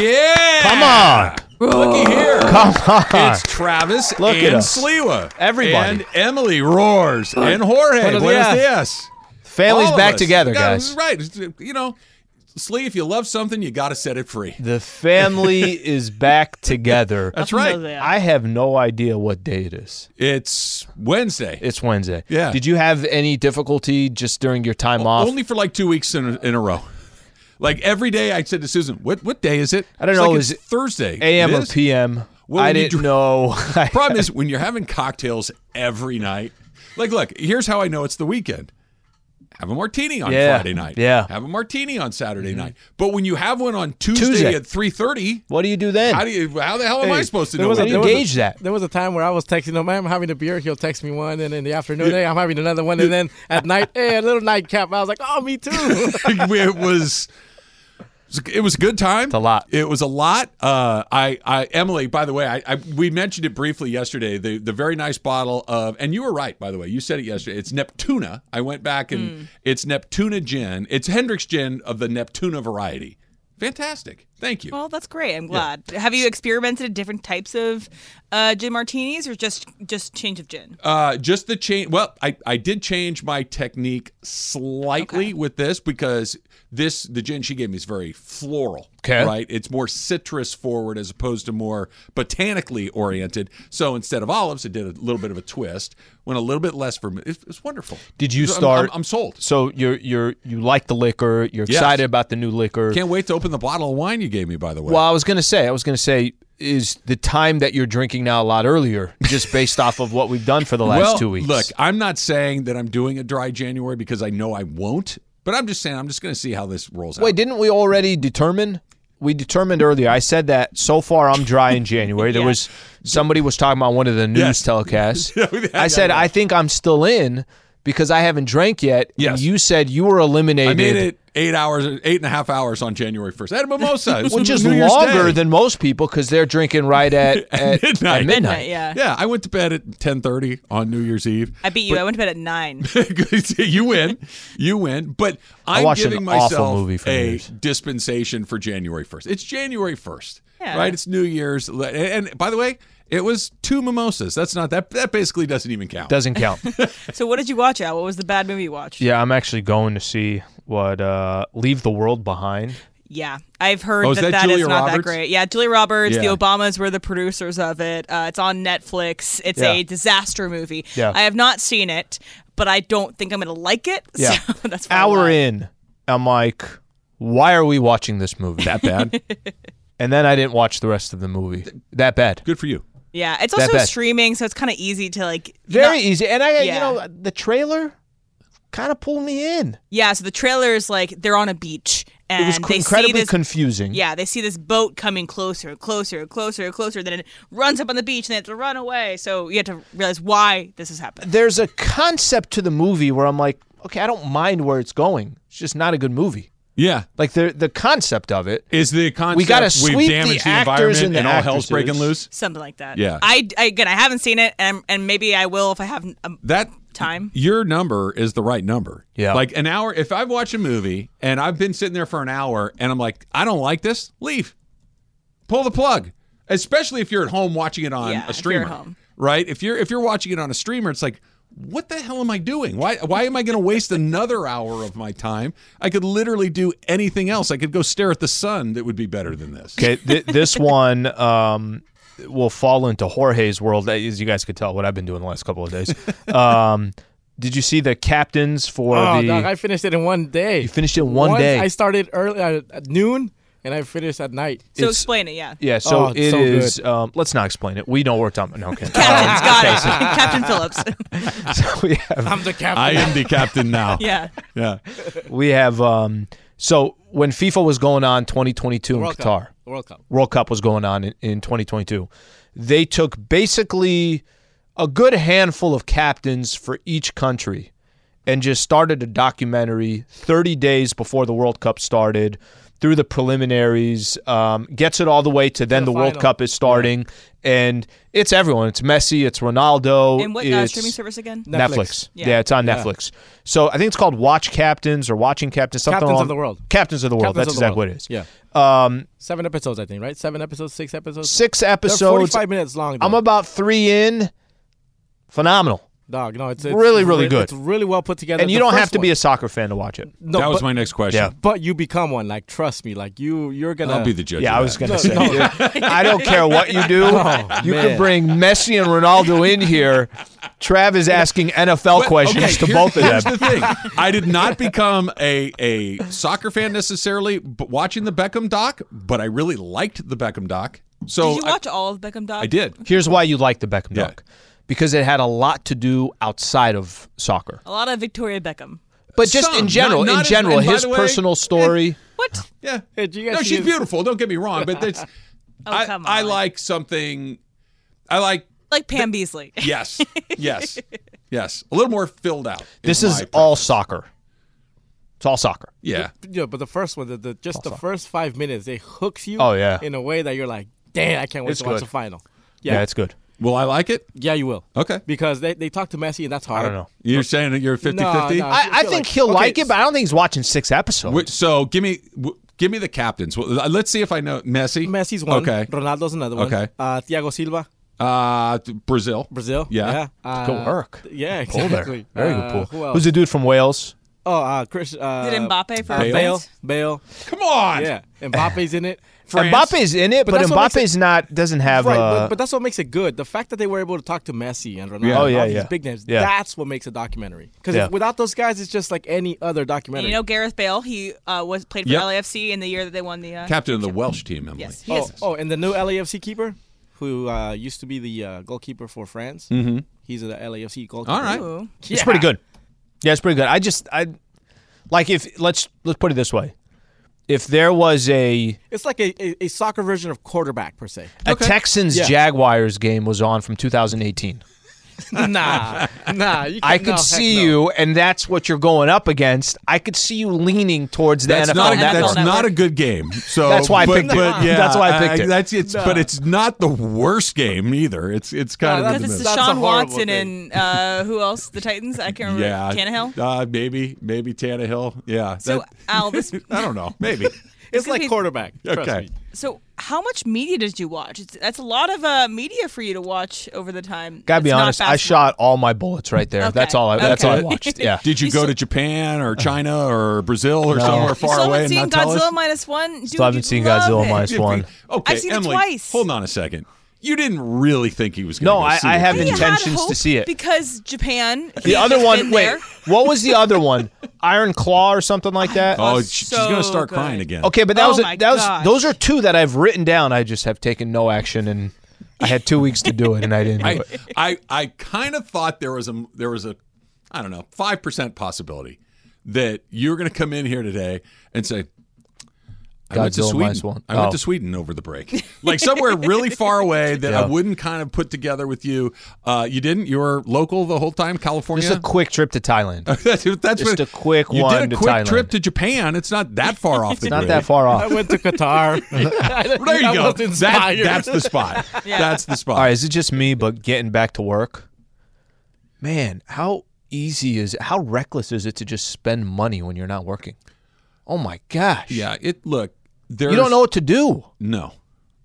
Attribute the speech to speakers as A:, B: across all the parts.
A: Yeah.
B: Come on.
A: Looky here.
B: Come on.
A: It's Travis
B: Look at
A: and
B: us.
A: Sliwa.
B: Everybody.
A: And Emily Roars. And Jorge.
C: Buenos
A: Buenos dias.
B: Family's
A: All of
B: back
A: us.
B: together,
A: Yeah,
B: guys.
A: Right. You know, Slee, if you love something, you got to set it free.
B: The family is back together.
A: That's
D: know
A: right.
D: that.
B: I have no idea what day it is.
A: It's Wednesday.
B: It's Wednesday.
A: Yeah.
B: Did you have any difficulty just during your time off?
A: Only for like two weeks in a, in a row. Like every day, I said to Susan, "What what day is it?"
B: I don't
A: She's
B: know,
A: like,
B: is
A: it's
B: it
A: Thursday, It
B: AM or
A: is.
B: PM?
A: Well,
B: I
A: you
B: didn't
A: dr-
B: know.
A: Problem is when you're having cocktails every night. Like, look, here's how I know it's the weekend. Have a martini on
B: Yeah,
A: Friday night.
B: yeah.
A: Have a martini on Saturday night. But when you have one on Tuesday,
B: Tuesday.
A: at three thirty,
B: what do you do then?
A: how do you? How the hell am I supposed to
D: there
A: know?
D: was a-
A: what
B: How do
A: it
B: you
A: is?
B: gauge
D: there was a-
B: that?
D: There was a time where I was texting him, I'm having a beer. He'll text me one, and in the afternoon, hey, I'm having another one. And then at night, hey, a little nightcap. I was like, oh, me too.
A: it was it was a good time. It's
B: a lot.
A: It was a lot. Uh, I, I, Emily. By the way, I, I we mentioned it briefly yesterday. The the very nice bottle of, and you were right. By the way, you said it yesterday. It's Neptuna. I went back and it's Neptuna gin. It's Hendrix gin of the Neptuna variety. Fantastic. Thank you.
E: Well, that's great. I'm glad. Have you experimented different types of uh, gin martinis, or just just change of gin?
A: Uh, just the change. Well, I, I did change my technique slightly with this because this the gin she gave me is very floral.
B: Okay.
A: Right. It's more citrus forward as opposed to more botanically oriented. So instead of olives, it did a little bit of a twist. Went a little bit less for It's, it's wonderful.
B: Did you
A: I'm- I'm-
B: start?
A: I'm, sold.
B: So you're you're you like the liquor. You're
A: Yes.
B: excited about the new liquor.
A: Can't wait to open the bottle of wine you gave me. By the way.
B: well, I was gonna say, I was gonna say, is the time that you're drinking now a lot earlier, just based off of what we've done for the last
A: well,
B: two weeks.
A: Look, I'm not saying that I'm doing a dry January because I know I won't. But I'm just saying I'm just going to see how this rolls out.
B: Wait, didn't we already determine? We determined earlier. I said that so far I'm dry in January. There
E: Yeah.
B: was somebody was talking about one of the news
A: Yes.
B: telecasts.
A: yeah,
B: I said
A: yeah.
B: I think I'm still in because I haven't drank yet. and
A: Yes.
B: You said you were eliminated.
A: I made it eight hours, eight and a half hours on January first. I had a mimosa, It was
B: Which is
A: New Year's
B: longer
A: Day.
B: than most people because they're drinking right at, at,
A: midnight.
B: at midnight.
E: yeah.
A: Yeah, I went to bed at ten thirty on New Year's Eve.
E: I beat you. I went to bed at nine.
A: you win, you win. But I'm
B: watched an
A: giving
B: awful
A: myself
B: movie for New
A: a
B: Year's.
A: dispensation for January first. It's January first,
E: Yeah.
A: right? It's New Year's, and, and by the way, it was two mimosas. That's not that. That basically doesn't even count.
B: Doesn't count.
E: so, what did you watch out? What was the bad movie you watched?
B: yeah, I'm actually going to see what uh, Leave the World Behind.
E: Yeah, I've heard
A: Oh, is
E: that
A: that
E: that is
A: Julia
E: not that
A: Roberts?
E: great. Yeah, Julia Roberts.
A: Yeah.
E: The Obamas were the producers of it. Uh, it's on Netflix. It's
B: Yeah.
E: a disaster movie.
B: Yeah.
E: I have not seen it, but I don't think I'm going to like it.
B: Yeah.
E: So that's why I
B: Hour
E: lied.
B: in, I'm like, why are we watching this movie? That bad? and then I didn't watch the rest of the movie. That bad.
A: Good for you.
E: Yeah, it's
B: That
E: also
B: bad.
E: streaming, so it's kind of easy to like.
B: Very
E: not-
B: easy. And I,
E: Yeah.
B: you know, the trailer kind of pulled me in.
E: yeah. So the trailer is like they're on a beach and
B: It was
E: they see
B: incredibly
E: this.
B: confusing.
E: yeah, they see this boat coming closer, closer, closer, closer. Then it runs up on the beach, and they have to run away. So you have to realize why this has happened.
B: there's a concept to the movie where I'm like, okay, I don't mind where it's going. It's just not a good movie.
A: Yeah,
B: Like the the concept of it.
A: is the concept
B: gotta
A: we've
B: sweep the
A: damaged the,
B: actors
A: environment
B: and the
A: all hell's
B: actresses.
A: breaking loose?
E: something like that.
A: Yeah.
E: I, I- again, I haven't seen it, and and maybe I will if I have um,
A: That
E: time.
A: your number is the right number.
B: Yeah.
A: Like an hour. If I've watched a movie and I've been sitting there for an hour and I'm like, I don't like this, leave. Pull the plug. Especially if you're at home watching it on
E: Yeah,
A: a
E: if
A: streamer.
E: you're at home.
A: Right? If you're if you're watching it on a streamer, it's like, what the hell am I doing? Why why am I gonna waste another hour of my time? I could literally do anything else. I could go stare at the sun that would be better than this.
B: Okay, th- this one um, will fall into Jorge's world. As you guys could tell, what I've been doing the last couple of days. Um, did you see the captains for
D: oh,
B: the?
D: dog, I finished it in one day.
B: you finished it in one
D: Once
B: day.
D: I started early uh, at noon, and I finished at night.
E: So
B: It's-
E: explain it. Yeah.
B: yeah, so
D: Oh,
B: it
D: it's so good.
B: is- Um, let's not explain it. We know we're talking. No, okay.
E: Captain's got it. Captain Phillips.
B: so we have
D: I'm the captain.
A: I am the captain now.
E: yeah.
A: Yeah.
B: we have. Um, so when FIFA was going on 2022
D: World
B: in
D: Cup.
B: Qatar,
D: World Cup.
B: World Cup was going on in, in 2022. They took basically a good handful of captains for each country and just started a documentary 30 days before the World Cup started through the preliminaries, um, gets it all the way to then
D: the
B: the, World
D: final.
B: Cup is starting, and it's everyone. It's Messi, it's Ronaldo,
E: And what uh,
B: it's
E: streaming service again?
B: Netflix.
D: Netflix.
B: Yeah.
E: Yeah.
B: it's on Netflix. So I think it's called Watch Captains or Watching Captains. Something
D: Captains of
B: along-
D: the World.
B: Captains of the World.
D: Captains
B: That's
D: of
B: exactly
D: the World.
B: what it is.
D: Yeah.
B: Um,
D: Seven episodes, I think, right? Seven episodes, six episodes.
B: six
D: They're
B: episodes.
D: 45 minutes long.
B: I'm
D: though.
B: about three in. Phenomenal.
D: dog. No, it's, it's
B: Really, really
D: re-
B: good.
D: It's really well put together.
B: And you
D: The
B: don't
D: first
B: have to
D: one-
B: be a soccer fan to watch it.
D: No,
A: that was
D: but,
A: my next question.
B: Yeah.
D: But you become one. Like, trust me. Like, you, you're gonna.
A: I'll be the judge.
B: Yeah,
A: of
B: I
A: that.
B: was going to
D: No,
B: say.
D: no.
B: dude, I don't care what you do. you can
D: man.
B: bring Messi and Ronaldo in here. Trav is asking NFL
A: But,
B: questions
A: okay,
B: to
A: here-
B: both of
A: here's
B: them.
A: the thing. I did not become a a soccer fan necessarily but watching the Beckham doc, but I really liked the Beckham doc. So
E: Did you
A: I-
E: watch all of Beckham Doc?
A: I, did.
B: Here's why you like the Beckham
A: Yeah.
B: Duck. Because it had a lot to do outside of soccer.
E: A lot of Victoria Beckham.
B: But just
A: Some,
B: in general,
A: not- not
B: in
A: as-
B: general,
A: and by
B: his
A: the way-
B: personal story.
E: What?
A: Yeah.
D: Hey, do you guys
A: no,
D: see Oh,
A: she's
D: his-
A: beautiful. Don't get me wrong, but it's I,
E: Oh, come
A: I
E: on.
A: like something I like
E: Like Pam Beasley.
A: yes. Yes. yes. A little more filled out.
B: This
A: my
B: is
A: pre-
B: all soccer. It's all soccer.
A: Yeah.
D: Yeah, but the first one, the, the just the first five minutes, it hooks you.
B: Oh, yeah.
D: In a way that you're like, damn, I can't wait
B: It's
D: to
B: good.
D: watch the final.
B: Yeah,
D: Yeah.
B: it's good.
A: Will I like it?
D: Yeah, you will.
A: Okay.
D: Because they, they talk to Messi, and that's hard.
B: I don't know.
A: You're saying that you're 50
D: No,
A: 50?
D: no. I
B: I, I
D: feel
B: think
D: like-
B: he'll
D: okay,
B: like it, but I don't think he's watching six episodes.
A: Wh- So give me w- give me the captains. Well, uh, Let's see if I know Messi.
D: Messi's one.
A: Okay.
D: Ronaldo's another one.
A: Okay.
D: Uh, Thiago Silva,
A: Uh, th- Brazil.
D: Brazil.
A: Yeah.
D: Uh,
B: Good work.
D: Yeah,
B: Pull there.
D: exactly.
B: Very
D: Uh,
B: good
D: Who
B: pull.
D: else?
B: Who's the dude from Wales?
D: oh, uh, Chris. Uh,
E: Did Mbappe for
D: uh,
A: Bale?
D: Bale.
E: France?
D: Bale.
A: Come on.
D: Yeah. Mbappe's in it.
A: France.
B: Mbappe's in it, but,
D: But that's what makes
B: Mbappe's not doesn't have
D: Right,
B: uh,
D: but, but that's what makes it good. The fact that they were able to talk to Messi and Ronaldo,
A: Yeah.
D: yeah.
A: Oh,
B: yeah,
D: these
B: yeah.
D: big names,
B: Yeah.
D: that's what makes a documentary. Because
B: Yeah.
D: without those guys, it's just like any other
E: And
D: documentary.
E: you know Gareth Bale? He uh, was played for
A: Yep.
E: LAFC in the year that they won the. Uh,
A: Captain of the Welsh team, Emily.
E: yes. He
D: oh,
E: is.
D: oh, and the new LAFC keeper, who uh, used to be the uh, goalkeeper for France, mm-hmm. he's the LAFC goalkeeper.
A: All right.
E: Ooh.
B: it's pretty good. Yeah, it's pretty good. I just I like if let's let's put it this way. If there was a
D: It's like a, a, a soccer version of quarterback, per se.
B: a Texans
D: Yeah.
B: Jaguars game was on from 2018,
D: nah, nah. You
B: I
D: can't-
B: could
D: no, heck
B: see
D: no.
B: you, and that's what you're going up against. I could see you leaning towards the
A: That's
B: NFL
A: not a,
E: NFL
A: that's
B: network.
E: Network.
A: not a good game. So
B: That's why I
A: but-
B: picked it.
A: but, yeah,
B: That's why I picked it.
A: that's it's, but it's not the worst game either. It's it's kind
D: No,
A: of in
E: Because
A: the
E: it's
A: middle.
D: That's a
E: Deshaun
D: horrible
E: Watson
D: thing.
E: and uh, who else? The Titans? I can't remember.
A: yeah,
E: Tannehill?
A: Uh, maybe maybe Tannehill. Yeah.
E: So, uh,
A: that-
E: Al, this,
A: I don't know. Maybe.
D: It's
E: gonna
D: like
E: be-
D: quarterback. Trust
A: Okay.
D: me.
E: so how much media did you watch? It's, that's a lot of uh, media for you to watch over the time.
B: Gotta be
E: It's not
B: honest, I
E: basketball.
B: shot all my bullets right there.
E: Okay.
B: That's all. I, That's
E: Okay.
B: all I watched. Yeah.
A: Did you
E: You
A: go
E: still-
A: to Japan or China or Brazil or somewhere
E: You
A: far
E: still
A: away
E: haven't
A: and
E: seen
A: not tell us?
E: Godzilla minus one? Dude,
B: Still haven't
E: you'd
B: seen
E: love
B: Godzilla
E: it.
B: minus
A: If we-
B: one.
A: Okay,
E: I've seen it
A: Emily,
E: twice.
A: hold on a second. You didn't really think he was going
B: No, I-
A: see
B: I
A: it,
B: have
A: did
E: He
A: you?
E: had
B: intentions to
E: hope
B: see it.
E: because Japan.
B: The
E: he had
B: other
E: just
B: one,
E: been
B: wait,
E: there.
B: what was the other one? Iron Claw or something like that?
A: Oh,
E: was
A: she- she's going to
E: so
A: start crying
E: good.
A: again.
B: Okay, but that
E: Oh
B: was
E: my
B: a, that was
E: gosh.
B: those are two that I've written down. I just have taken no action, and I had two weeks to do it, and I didn't.
A: I
B: do it.
A: I, I kind of thought there was a there was a I don't know five percent possibility that you were going to come in here today and say. I went to
B: Godzilla
A: Sweden.
B: minus one.
A: I went
B: Oh.
A: to Sweden over the break, like somewhere really far away that
B: Yeah.
A: I wouldn't kind of put together with you. Uh, you didn't. You were local the whole time, California.
B: Just a quick trip to Thailand. It's
A: that's that's what-
B: just a quick
A: you
B: one
A: did
B: to
A: a quick
B: Thailand.
A: trip to Japan. It's not that far off the
B: Not
A: grid.
B: that far
D: I
B: off.
D: went to Qatar.
A: There you
D: I
A: go.
D: was
A: That,
D: inspired.
A: that's the spot.
E: Yeah.
A: That's the spot.
B: All right, is it just me? But getting back to work, man, how easy is it? How reckless is it to just spend money when you're not working? Oh my gosh!
A: Yeah. It look. There's,
B: you don't know what to do.
A: No,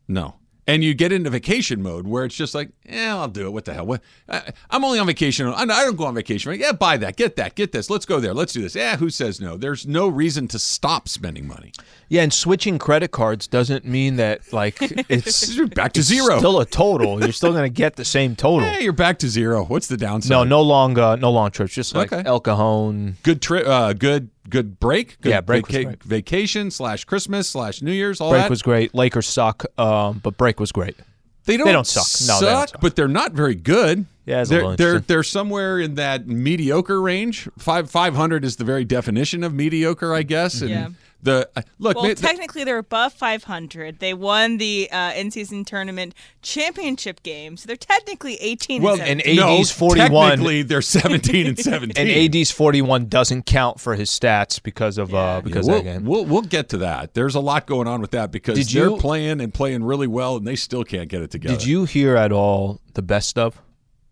A: no. And you get into vacation mode where it's just like, yeah, I'll do it. What the hell? What? I, I'm only on vacation. I, I don't go on vacation. Yeah, buy that, get that, get this. Let's go there. Let's do this. Yeah, who says no? There's no reason to stop spending money.
B: Yeah, and switching credit cards doesn't mean that like it's
A: Back to
B: it's
A: zero.
B: Still a total. You're still going to get the same total.
A: Yeah, you're back to zero. What's the downside?
B: No, no long, uh, no long trips. Just like
A: Okay.
B: El Cajon.
A: Good trip. Uh, good, good break. Good
B: Yeah, break was
A: vaca-
B: great.
A: Vacation slash Christmas slash New Year's. All
B: Break
A: that.
B: was great. Lakers suck, um, but break was great.
A: they don't.
B: don't suck. No, they don't suck.
A: but they're not very good.
B: Yeah, it's a
A: They're,
B: little
A: they're
B: interesting.
A: they're somewhere in that mediocre range. Five five hundred is the very definition of mediocre, I guess. And
E: Mm-hmm. Yeah.
A: the uh, look,
E: Well,
A: man, th-
E: technically, they're above 500. They won the uh, in-season tournament championship game, so they're technically 18.
A: well,
B: and
E: and 17.
B: eight-
A: no,
B: 80s 41.
A: Technically, they're seventeen and seventeen.
B: and AD's 41 doesn't count for his stats because of uh, because
A: we'll,
B: of that game.
A: We'll, we'll get to that. There's a lot going on with that because
B: Did
A: they're
B: you-
A: playing and playing really well, and they still can't get it together.
B: Did you hear at all the best of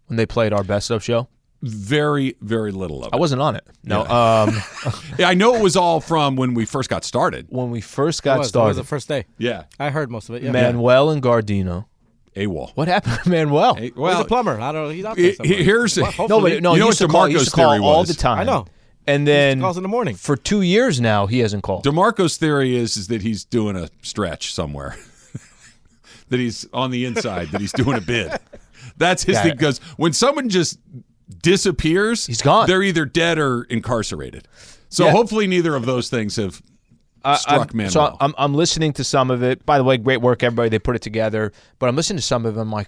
B: when they played our best of show?
A: Very, very little of
B: I
A: it.
B: wasn't on it. No. Um,
A: Yeah, I know it was all from when we first got started.
B: when we first
D: It
B: got
D: was, it was
B: started,
D: the first day.
A: Yeah,
D: I heard most of it. Yeah.
B: Manuel and Gardino.
A: AWOL.
B: What happened to Manuel?
A: A-
D: he's
A: well,
D: a plumber. I don't know. He's out there
A: he-
D: somewhere.
A: here's
D: Well,
B: no,
D: hopefully-
B: but no.
A: You know
B: he
A: what
B: used to call, he
A: DeMarco's
B: used to call
A: theory
B: all
A: was?
B: the time.
D: I know.
B: And then
D: calls in the morning.
B: for two years now, he hasn't called.
A: Demarco's theory is is that he's doing a stretch somewhere, that he's on the inside, that he's doing a bid. That's his
B: Yeah.
A: thing. Because when someone just disappears,
B: He's gone.
A: They're either dead or incarcerated. So
B: Yeah.
A: hopefully, neither of those things have struck
B: I'm,
A: Manuel.
B: so uh, I'm, I'm listening to some of it. By the way, great work, everybody. They put it together. But I'm listening to some of it. I'm like,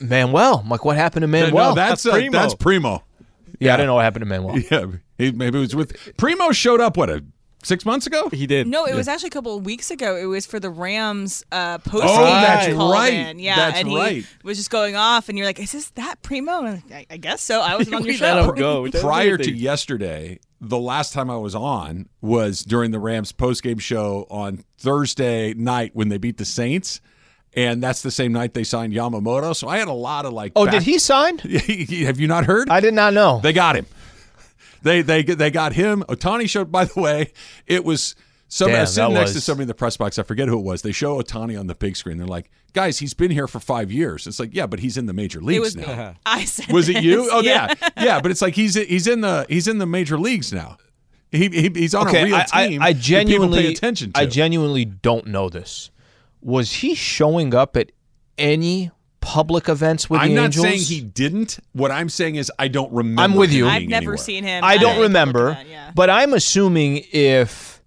B: Manuel. I'm like, what happened to
A: No,
B: Manuel?
A: that's
D: that's
A: uh,
D: Primo.
A: that's Primo.
B: yeah, I don't know what happened to Manuel.
A: Yeah, he, maybe it was with Primo. Showed up what a six months ago.
D: He did.
E: No, it was actually a couple of weeks ago. It was for the Rams uh, post
A: Oh, that's
E: called
A: right.
E: in. Yeah,
A: That's
E: and he
A: right.
E: was just going off, and you're like, "Is this that Primo?" And I'm like, I, I guess so. I wasn't on your
D: We let
E: show.
D: him go. We didn't do
A: Prior to
D: anything.
A: yesterday, the last time I was on was during the Rams postgame show on Thursday night when they beat the Saints, and that's the same night they signed Yamamoto. So I had a lot of like.
B: Oh,
A: back-
B: did he sign?
A: Have you not heard?
B: I did not know.
A: They got him. They they they got him. Otani showed. By the way, it was some I
B: Damn,
A: was sitting
B: that
A: next to
B: was-
A: somebody in the press box. I forget who it was. They show Otani on the big screen. They're like, guys, he's been here for five years. It's like, yeah, but he's in the major leagues
E: It was me.
A: now.
E: I said,
A: Was it you?
E: this.
A: Oh yeah. yeah, But it's like he's he's in the he's in the major leagues now. He, he he's on a
B: okay,
A: real
B: I, I-
A: team.
B: I
A: that people
B: genuinely
A: pay attention to.
B: I genuinely don't know this. Was he showing up at any public events with
A: I'm
B: the
A: not
B: Angels?
A: saying he didn't. What I'm saying is I don't remember.
B: I'm with you.
A: him
E: I've
A: being
E: never
A: anywhere.
E: seen him.
B: I
E: at
B: don't
E: a-
B: remember,
E: Yeah.
B: but I'm assuming if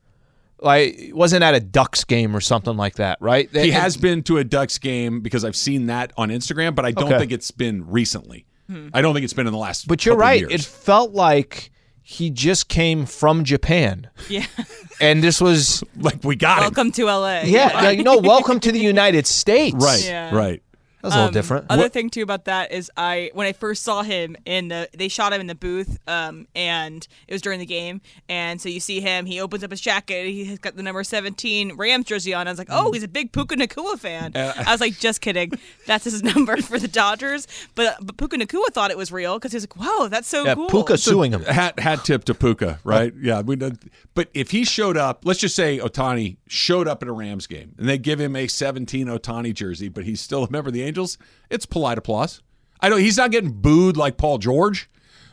B: like wasn't at a Ducks game or something like that, right?
A: He
B: And-
A: has been to a Ducks game because I've seen that on Instagram, but I don't
B: Okay.
A: think it's been recently.
E: Hmm.
A: I don't think it's been in the last.
B: But you're
A: couple
B: right. It
A: Years.
B: felt like he just came from Japan,
E: yeah.
B: and this was
A: like we got him.
E: Welcome to LA.
B: yeah, like no, welcome to the United States.
A: Right.
E: Yeah. Um,
A: Right.
B: that was a little different.
E: Other thing too about that is I when I first saw him in the they shot him in the booth um and it was during the game and so you see him he opens up his jacket he's got the number 17 Rams jersey on I was like
A: Mm.
E: oh he's a big Puka Nakua fan I was like just kidding that's his number for the Dodgers but, but Puka Nakua thought it was real because he was like whoa that's so
B: yeah,
E: cool
B: Puka suing him.
A: Hat hat tip to Puka, right? yeah, we know. But if he showed up, let's just say Otani showed up at a Rams game and they give him a 17 Otani jersey, but he's still a member of the Angels. It's polite applause. I know he's not getting booed like Paul George,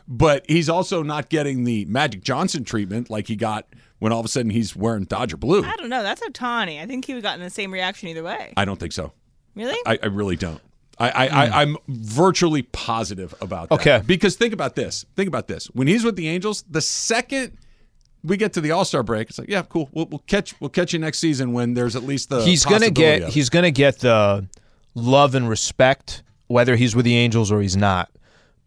A: but he's also not getting the Magic Johnson treatment like he got when all of a sudden he's wearing Dodger blue.
E: I don't know that's Otani I think he would have gotten the same reaction either way
A: I don't think so.
E: really
A: I, I really don't. I, I, I, I'm virtually positive about that.
B: Hmm. Okay.
A: Because think about this. Think about this. When he's with the Angels, the second we get to the All Star break, it's like, yeah, cool. We'll, we'll catch we'll catch you next season when there's at least the
B: he's gonna
A: possibility
B: get
A: of it.
B: he's gonna get the love and respect whether he's with the Angels or he's not.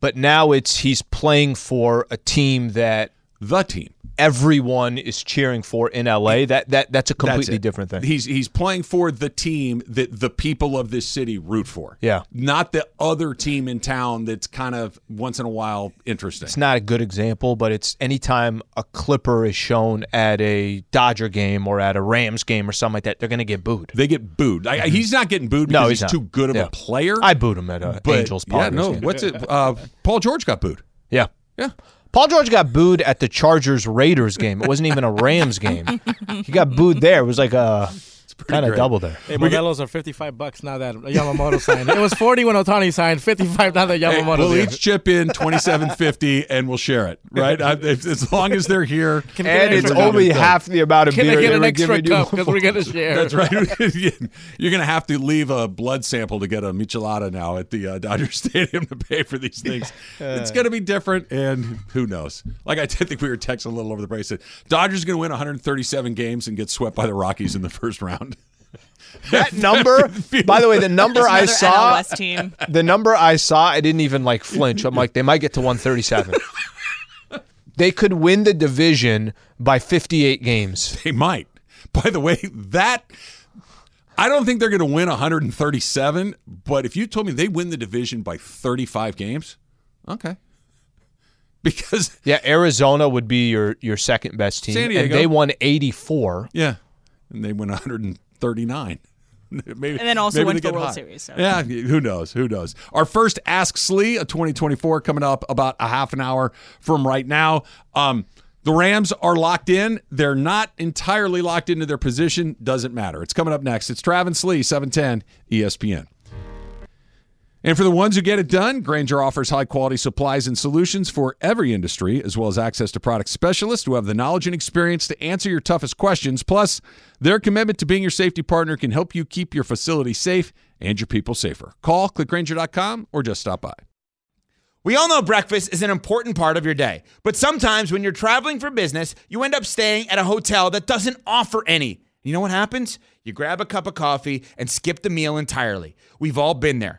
B: But now it's he's playing for a team that
A: the team.
B: everyone is cheering for in LA. That that that's
A: That's
B: a completely
A: it.
B: different thing.
A: He's he's playing for the team that the people of this city root for.
B: Yeah.
A: Not the other team in town that's kind of once in a while interesting.
B: It's not a good example, but it's anytime a Clipper is shown at a Dodger game or at a Rams game or something like that, they're gonna get booed.
A: They get booed. I, I- he's not getting booed
B: Mm-hmm. No,
A: because
B: he's
A: he's,
B: not.
A: too good of
B: Yeah.
A: a player.
B: I booed him at a
A: but
B: Angels
A: yeah,
B: Padres
A: no.
B: game.
A: What's it? Uh, Paul George got booed.
B: Yeah.
A: Yeah.
B: Paul George got booed at the Chargers Raiders game. It wasn't even a Rams game. He got booed there. It was like a kind of
A: great.
B: double there.
D: Hey, Modelo's are 55 bucks now that Yamamoto signed. It was 40 when Otani signed, 55 now that
A: Hey,
D: Yamamoto's
A: we'll
D: here.
A: each chip in twenty seven fifty, and we'll share it. Right, I, if, as long as they're here.
D: Can I get an extra cup?
B: half the amount of
D: Can I get
B: they
D: an
B: were
D: extra
B: giving you.
D: cup? Because we're going to share.
A: That's right. You're going to have to leave a blood sample to get a michelada now at the uh, Dodger Stadium to pay for these things. it's going to be different, and who knows? Like I did think we were texting a little over the break. Said Dodgers going to win 137 games and get swept by the Rockies in the first round.
B: That number, by the way, the number I
E: Another NL
B: saw,
E: West team.
B: the number I saw, I didn't even like flinch. I'm like, they might get to 137. they could win the division by 58 games.
A: They might. By the way, that I don't think they're going to win 137, but if you told me they win the division by 35 games, okay. Because
B: Yeah, Arizona would be your your second best team,
A: San
B: and
A: Diego.
B: they won 84.
A: yeah, and they win 139. Maybe, and
E: then also went to the World Series, so.
A: Yeah, who knows? Who knows? Our first Ask Slee of 2024 coming up about a half an hour from right now. Um, the Rams are locked in. They're not entirely locked into their position. Doesn't matter. It's coming up next. It's Travis Slee, E 710 ESPN. And for the ones who get it done, Granger offers high quality supplies and solutions for every industry, as well as access to product specialists who have the knowledge and experience to answer your toughest questions. Plus, their commitment to being your safety partner can help you keep your facility safe and your people safer. Call clickgranger.com or just stop by.
C: We all know breakfast is an important part of your day, but sometimes when you're traveling for business, you end up staying at a hotel that doesn't offer any. You know what happens? You grab a cup of coffee and skip the meal entirely. We've all been there.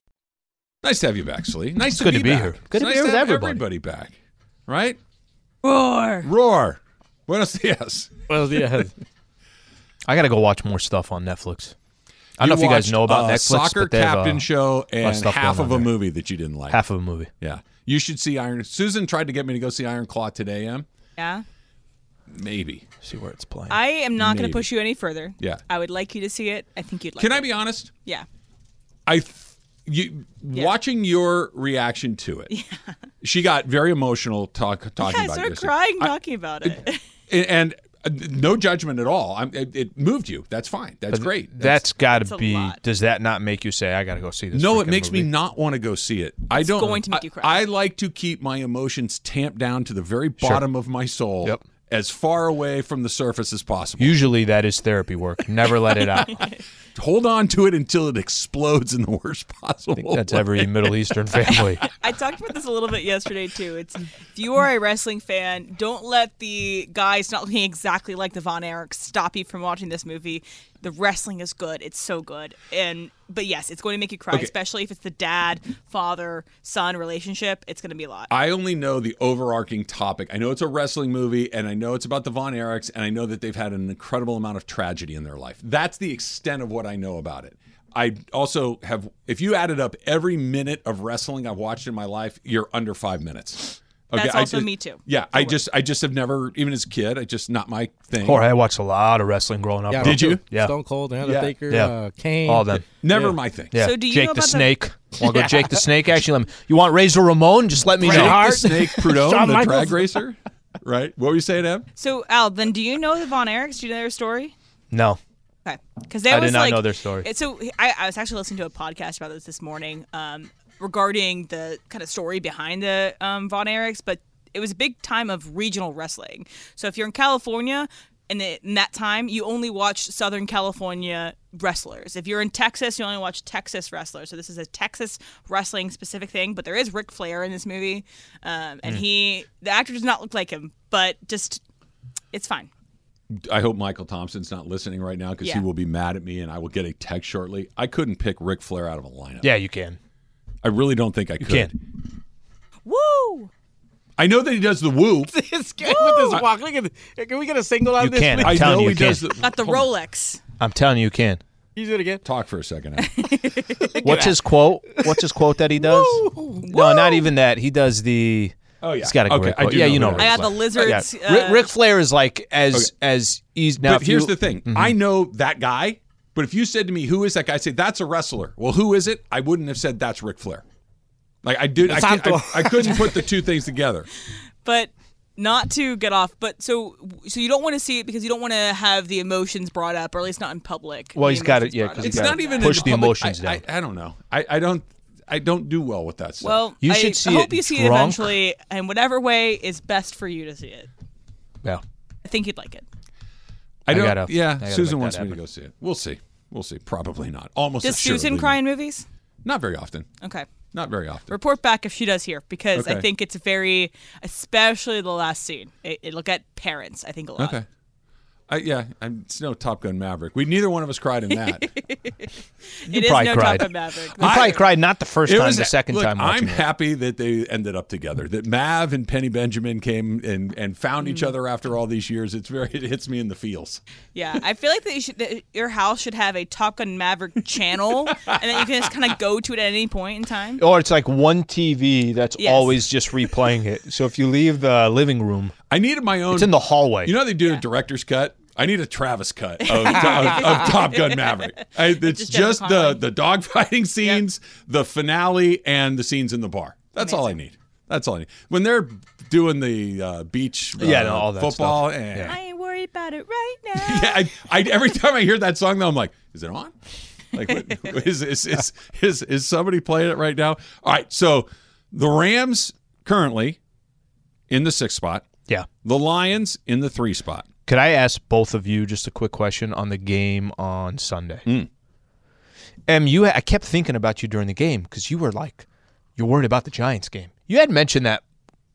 A: Nice to have you back, Slee. Nice to
B: Good
A: be,
B: to be
A: back.
B: here. Good
A: It's
B: to be
A: nice
B: here with
A: have
B: everybody.
A: everybody back. Right?
E: Roar.
A: Roar. Buenos dias.
D: Well, yeah.
B: I gotta go watch more stuff on Netflix. I don't know if
A: watched,
B: you guys know about
A: uh,
B: Netflix,
A: Soccer
B: but they have,
A: captain
B: uh,
A: show and
B: stuff
A: half
B: going
A: of a
B: on there.
A: movie that you didn't like.
B: half of a movie.
A: Yeah. You should see Iron. Susan tried to get me to go see Iron Claw today, Em.
E: Yeah.
A: Maybe.
B: See where it's playing.
E: I am not going
A: Maybe.
E: to push you any further.
A: Yeah.
E: I would like you to see it. I think you'd like
A: Can
E: it.
A: I be honest?
E: Yeah.
A: I th- you watching your reaction to it. She got very emotional talk, talking
E: I
A: about
E: started
A: this.
E: crying talking about it.
A: And, and, uh, no judgment at all. I'm, it, it moved you. That's fine. That's great.
B: that's gotta
E: that's a
B: be.
E: lot.
B: Does that not make you say I gotta go see this?
A: no, it
B: freaking
A: makes
B: movie?
A: me not want to go see it. I don't.
E: going to make you cry.
A: I, I like to keep my emotions tamped down to the very bottom of my soul,
B: Yep.
A: as far away from the surface as possible.
B: Usually that is therapy work. Never let it out.
A: Hold on to it until it explodes in the worst possible.
B: That's
A: way.
B: every Middle Eastern family.
E: I talked about this a little bit yesterday too. It's if you are a wrestling fan, don't let the guys not looking exactly like the Von Erich stop you from watching this movie. The wrestling is good. It's so good. And but yes, it's going to make you cry,
A: Okay.
E: especially if it's the dad, father, son relationship. It's going to be a lot.
A: I only know the overarching topic. I know it's a wrestling movie, and I know it's about the Von Erichs, and I know that they've had an incredible amount of tragedy in their life. That's the extent of what I know about it. I also have, if you added up every minute of wrestling I've watched in my life, you're under five minutes.
E: That's
A: I
E: also
A: just-
E: me too.
A: Yeah, I just, I just have never, even as a kid, I just not my thing.
B: Jorge, I watched a lot of wrestling growing up.
D: Yeah,
B: bro.
D: me
A: Did you?
D: too.
B: Yeah.
D: Stone Cold, The Undertaker,
B: Yeah.
D: Uh, Kane.
B: All of them.
A: Never my thing.
B: Yeah.
E: So do you
B: Jake
E: know
B: the
E: about the-
B: Snake? Want to go Jake the Snake? Actually, let me, you want Razor Ramon? Just let me
A: Jake
B: know.
A: the
D: Hart.
A: Snake Prudhomme,
D: Shawn
A: the
D: Michaels.
A: drag racer. Right? What were you saying, Em?
E: So Al, then do you know the Von Erichs? Do you know their story?
B: No.
E: Okay, because they
B: I did
E: was
B: not
E: like,
B: know their story.
E: it- So I, I was actually listening to a podcast about this this morning um, regarding the kind of story behind the um, Von Erichs, but it was a big time of regional wrestling. So if you're in California. And it- in that time, you only watched Southern California wrestlers. If you're in Texas, you only watch Texas wrestlers. So this is a Texas wrestling specific thing. But there is Ric Flair in this movie, um, and
B: Hmm.
E: he the actor does not look like him, but just it's fine.
A: I hope Michael Thompson's not listening right now because he
E: Yeah.
A: will be mad at me and I will get a text shortly. I couldn't pick Ric Flair out of a lineup.
B: Yeah, you can.
A: I really don't think I
B: You
A: could.
B: can.
E: Woo!
A: I know that he does the woo.
D: this guy with his walk. Look at. Can we get a single out
B: You
D: of this?
B: can.
D: please?
B: I'm
A: I
B: telling
A: know
B: you,
A: he
B: you can't.
A: does the
E: Not the Rolex.
B: I'm telling you, you can.
D: you do it again?
A: Talk for a second. Al.
B: What's his quote? What's his quote that he does? No, not even that. He does the.
A: Oh, yeah.
B: He's got a
A: Okay,
B: great
A: I
B: quote.
A: do
B: Yeah,
A: know who
B: you know.
A: that
B: Ric
A: is.
E: I got the
B: Flair.
E: lizards.
B: Yeah. Ric,
E: uh,
B: Ric Flair is like as as he's now.
A: but
B: if
A: here's the
B: you- Mm-hmm.
A: thing. I know that guy, but if you said to me, "Who is that guy?" I say, "That's a wrestler." Well, who is it? I wouldn't have said that's Ric Flair. Like I did, I, can't- I, I couldn't put the two things together.
E: but not to get off. But so so you don't want to see it because you don't want to have the emotions brought up, or at least not in public.
B: Well,
E: the
B: he's got it,
E: emotions
B: yeah,
E: brought
B: 'cause
E: up.
B: he's
A: It's
B: gotta
A: not even
B: push
A: in
B: the
A: public.
B: emotions
A: I,
B: down.
A: I, I don't know. I, I don't. I don't do well with that stuff.
E: Well,
B: You
E: I
B: should see
E: hope
B: it
E: you see it
B: drunk.
E: eventually, and whatever way is best for you to see it.
B: Yeah.
E: I think you'd like it.
A: I don't.
B: gotta- I
A: yeah,
B: gotta
A: Susan
B: make
A: wants
B: that
A: me to
B: happen.
A: go see it. We'll see. We'll see. Probably not. Almost.
E: Does Susan
A: assuredly
E: cry in movies?
A: Not very often.
E: Okay.
A: Not very often.
E: Report back if she does here, because I
A: Okay.
E: think it's very, especially the last scene. It, it'll get parents, I think, a lot.
A: Okay. I, yeah, I'm, it's no Top Gun Maverick. We neither one of us cried in that.
E: It is
B: probably
E: no
B: cried.
E: Top Gun Maverick.
B: I probably cried not the first time, the second
A: look,
B: time.
A: I'm
B: watching it.
A: happy that they ended up together. That Mav and Penny Benjamin came and, and found
B: Mm.
A: each other after all these years. It's very it hits me in the feels.
E: Yeah, I feel like that, you should, that your house should have a Top Gun Maverick channel, and then you can just kind of go to it at any point in time.
B: Or it's like one TV that's
E: Yes.
B: always just replaying it. So if you leave the living room,
A: I needed my own.
B: it's in the hallway.
A: You know how they do a director's cut. I need a Travis cut of, of, of Top Gun Maverick. I, it's
E: Just
A: just,
E: Jennifer
A: the
E: Connelly.
A: the dogfighting scenes, the finale, and the scenes in the bar. That's all I need. That's all I need. When they're doing the uh, beach, uh,
B: Yeah, no, all that
A: football,
B: stuff.
A: and
E: I ain't worried about it right now.
A: yeah, I, I, every time I hear that song, though, I'm like, is it on? Like, what, is, is, is, is, is somebody playing it right now? All right. So the Rams currently in the sixth spot,
B: yeah.
A: the Lions in the three spot.
B: Could I ask both of you just a quick question on the game on Sunday?
A: Mm.
B: Em, you I kept thinking about you during the game because you were like, you're worried about the Giants game. You had mentioned that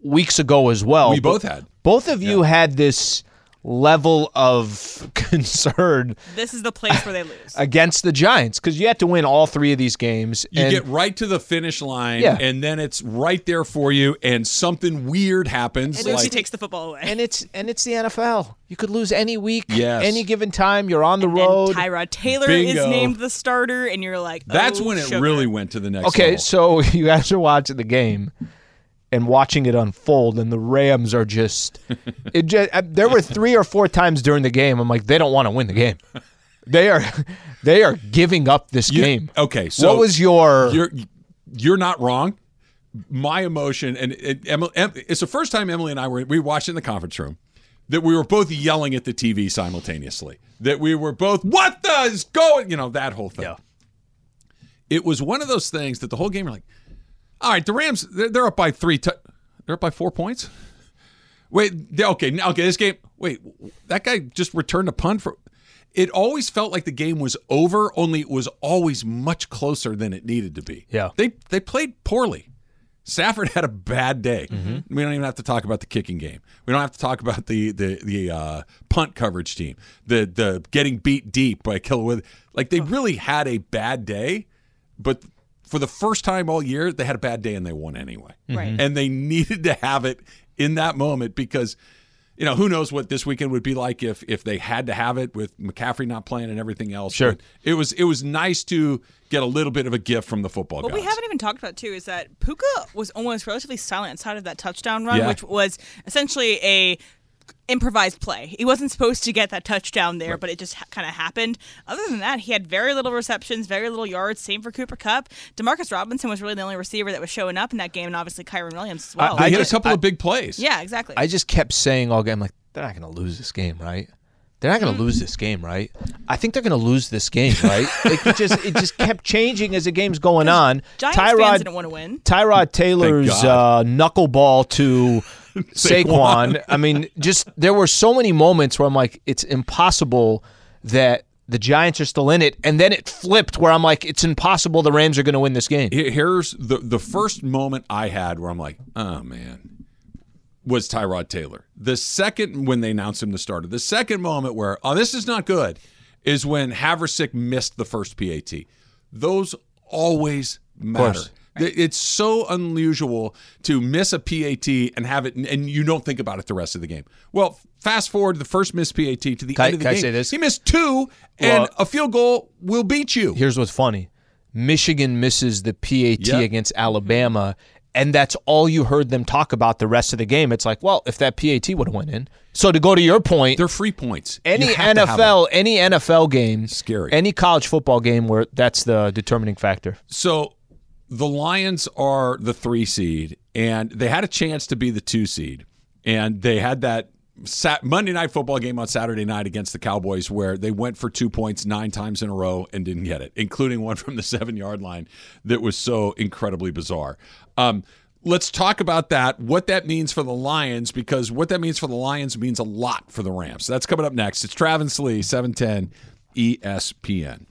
B: weeks ago as well.
A: We
B: Oh, but
A: both had.
B: Both of you had this level of concern
E: This is the place where they lose.
B: against the Giants because you had to win all three of these games.
A: You
B: and
A: get right to the finish line,
B: Yeah.
A: and then it's right there for you, and something weird happens.
E: and then she
A: like,
E: takes the football away.
B: and it's and it's the NFL. You could lose any week,
A: Yes.
B: any given time. You're on the
E: And
B: road.
E: Tyrod Taylor is
A: Bingo.
E: named the starter, and you're like,
A: that's
E: oh,
A: when it
E: sugar.
A: really went to the next
B: Okay,
A: level.
B: so you guys are watching the game and watching it unfold, and the Rams are just. It just uh, there were three or four times during the game. I'm like, they don't want to win the game. They are, they are giving up this
A: You-
B: game.
A: Okay, so
B: what was your?
A: you're you're not wrong. My emotion and it, Emily, em, it's the first time Emily and I were we watched it in the conference room that we were both yelling at the TV simultaneously. That we were both what the is going you know that whole thing. It was one of those things that the whole game were like, all right, the Rams they're, they're up by three. tou- they're up by four points. Wait, they- okay, now okay, this game. Wait, that guy just returned a punt for. It always felt like the game was over, only it was always much closer than it needed to be.
B: Yeah.
A: they they played poorly. Stafford had a bad day. We don't even have to talk about the kicking game. We don't have to talk about the the the uh, punt coverage team. The the getting beat deep by Killer with like they really had a bad day, but for the first time all year they had a bad day and they won anyway.
E: Right.
A: And they needed to have it in that moment because you know who knows what this weekend would be like if if they had to have it with McCaffrey not playing and everything else.
B: Sure.
A: But it was it was nice to get a little bit of a gift from the football
E: What
A: gods.
E: we haven't even talked about too is that Puka was almost relatively silent outside of that touchdown run,
A: Yeah.
E: which was essentially a improvised play. He wasn't supposed to get that touchdown there, but it just ha- kind of happened. Other than that, he had very little receptions, very little yards. Same for Cooper Cup. Demarcus Robinson was really the only receiver that was showing up in that game, and obviously Kyron Williams as well.
A: They
B: I
A: hit
B: just-
A: a couple
B: I-
A: of big plays.
E: yeah, exactly.
B: I just kept saying all game, I'm like, they're not going to lose this game, right? They're not going to lose this game, right? I think they're going to lose this game, right? like it just it just kept changing as the game's going on.
E: Giants fans didn't want to win.
B: Tyrod Taylor's uh,
A: God.
B: knuckleball to Saquon. I mean, just there were so many moments where I'm like, it's impossible that the Giants are still in it, and then it flipped where I'm like, it's impossible the Rams are going to win this game.
A: Here- Here's the the first moment I had where I'm like, oh man, was Tyrod Taylor. The second when they announced him the starter, the second moment where oh this is not good is when Haversick missed the first PAT. Those always matter. Th- It's so unusual to miss a PAT and have it, and you don't think about it the rest of the game. Well, fast forward the first missed PAT to the
B: Can I-
A: end of the
B: can I
A: game.
B: say this?
A: He missed two, and
B: Well-
A: a field goal will beat you.
B: Here's what's funny Michigan misses the PAT
A: Yeah.
B: against Alabama, and that's all you heard them talk about the rest of the game. It's like, well, if that PAT would have went in. So to go to your point,
A: They're free points. You
B: any
A: have to have them.
B: NFL, any NFL game,
A: Scary.
B: any college football game where that's the determining factor.
A: So the Lions are the three seed, and they had a chance to be the two seed, and they had that. Sat- Monday night football game on Saturday night against the Cowboys, where they went for two points nine times in a row and didn't get it, including one from the seven yard line that was so incredibly bizarre. Um, let's talk about that, what that means for the Lions, because what that means for the Lions means a lot for the Rams. That's coming up next. It's Travis Lee, E 710 ESPN.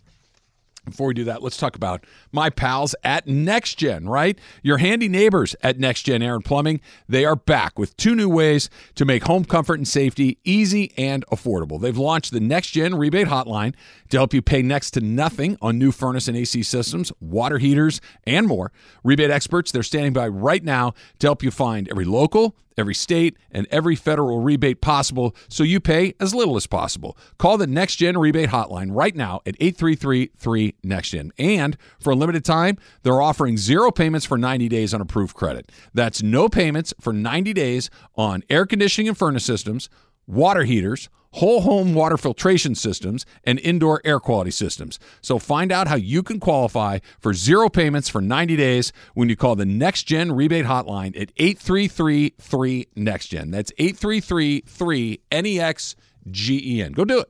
A: Before we do that, let's talk about my pals at NextGen, right? Your handy neighbors at NextGen Air and Plumbing. They are back with two new ways to make home comfort and safety easy and affordable. They've launched the NextGen Rebate Hotline to help you pay next to nothing on new furnace and AC systems, water heaters, and more. Rebate experts, they're standing by right now to help you find every local, every state, and every federal rebate possible so you pay as little as possible. Call the Next Gen Rebate Hotline right now at 8333 Next Gen. And for a limited time, they're offering zero payments for 90 days on approved credit. That's no payments for 90 days on air conditioning and furnace systems, water heaters, whole home water filtration systems, and indoor air quality systems. So find out how you can qualify for zero payments for 90 days when you call the Next Gen Rebate Hotline at 8333 Next Gen. That's 8333 NEXGEN. E Go do it.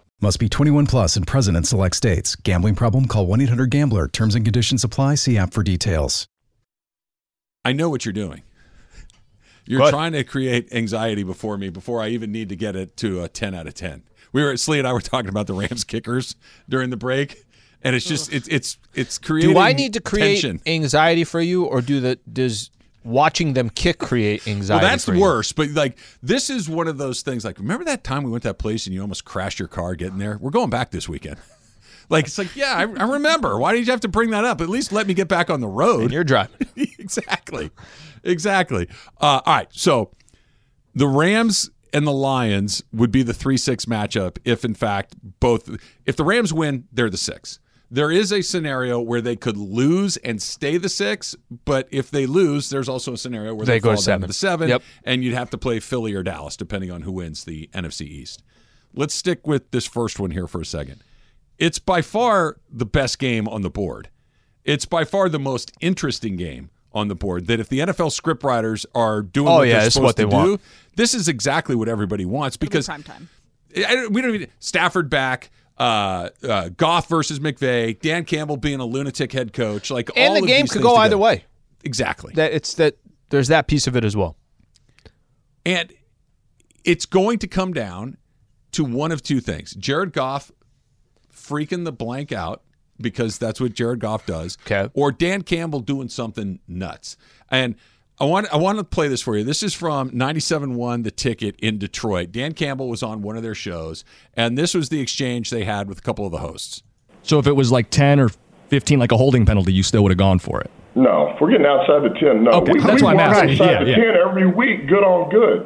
F: Must be 21 plus and present in select states. Gambling problem? Call 1 800 Gambler. Terms and conditions apply. See app for details.
A: I know what you're doing. You're
B: What?
A: trying to create anxiety before me before I even need to get it to a 10 out of 10. We were Slee and I were talking about the Rams kickers during the break, and it's just it's it's it's creating.
B: Do I need to create
A: tension.
B: anxiety for you, or do the does watching them kick create anxiety?
A: Well, that's
B: for you?
A: worse. But like, this is one of those things. Like, remember that time we went to that place and you almost crashed your car getting there? We're going back this weekend. Like, it's like, yeah, I, I remember. Why did you have to bring that up? At least let me get back on the road.
B: And you're driving.
A: exactly, exactly. Uh, all right, so the Rams and the Lions would be the three six matchup if, in fact, both if the Rams win, they're the six. There is a scenario where they could lose and stay the six, but if they lose, there's also a scenario where they,
B: They go to
A: fall down
B: seven.
A: the seven,
B: Yep.
A: and you'd have to play Philly or Dallas depending on who wins the NFC East. Let's stick with this first one here for a second. It's by far the best game on the board. It's by far the most interesting game on the board. That if the NFL scriptwriters are doing
B: Oh,
A: what
B: yeah,
A: they're
B: it's
A: supposed
B: what
A: to
B: they want.
A: do, this is exactly what everybody wants because
E: prime time.
A: I don't- we don't even Stafford back. Uh, uh, Goff versus McVay, Dan Campbell being a lunatic head coach, like
B: And
A: all
B: the
A: of
B: game
A: these
B: could
A: things
B: go either
A: together.
B: way.
A: Exactly,
B: That it's that there's that piece of it as well.
A: and it's going to come down to one of two things: Jared Goff freaking the blank out because that's what Jared Goff does,
B: Okay.
A: or Dan Campbell doing something nuts. And I want I want to play this for you. This is from 97.1 The Ticket in Detroit. Dan Campbell was on one of their shows, and this was the exchange they had with a couple of the hosts.
G: So if it was like 10 or 15, like a holding penalty, you still would have gone for it.
H: No, if we're getting outside the 10. No,
G: Okay,
H: we,
G: that's
H: we
G: why I'm
H: walk
G: asking.
H: outside
G: Yeah,
H: the
G: yeah.
H: 10 every week, good on good.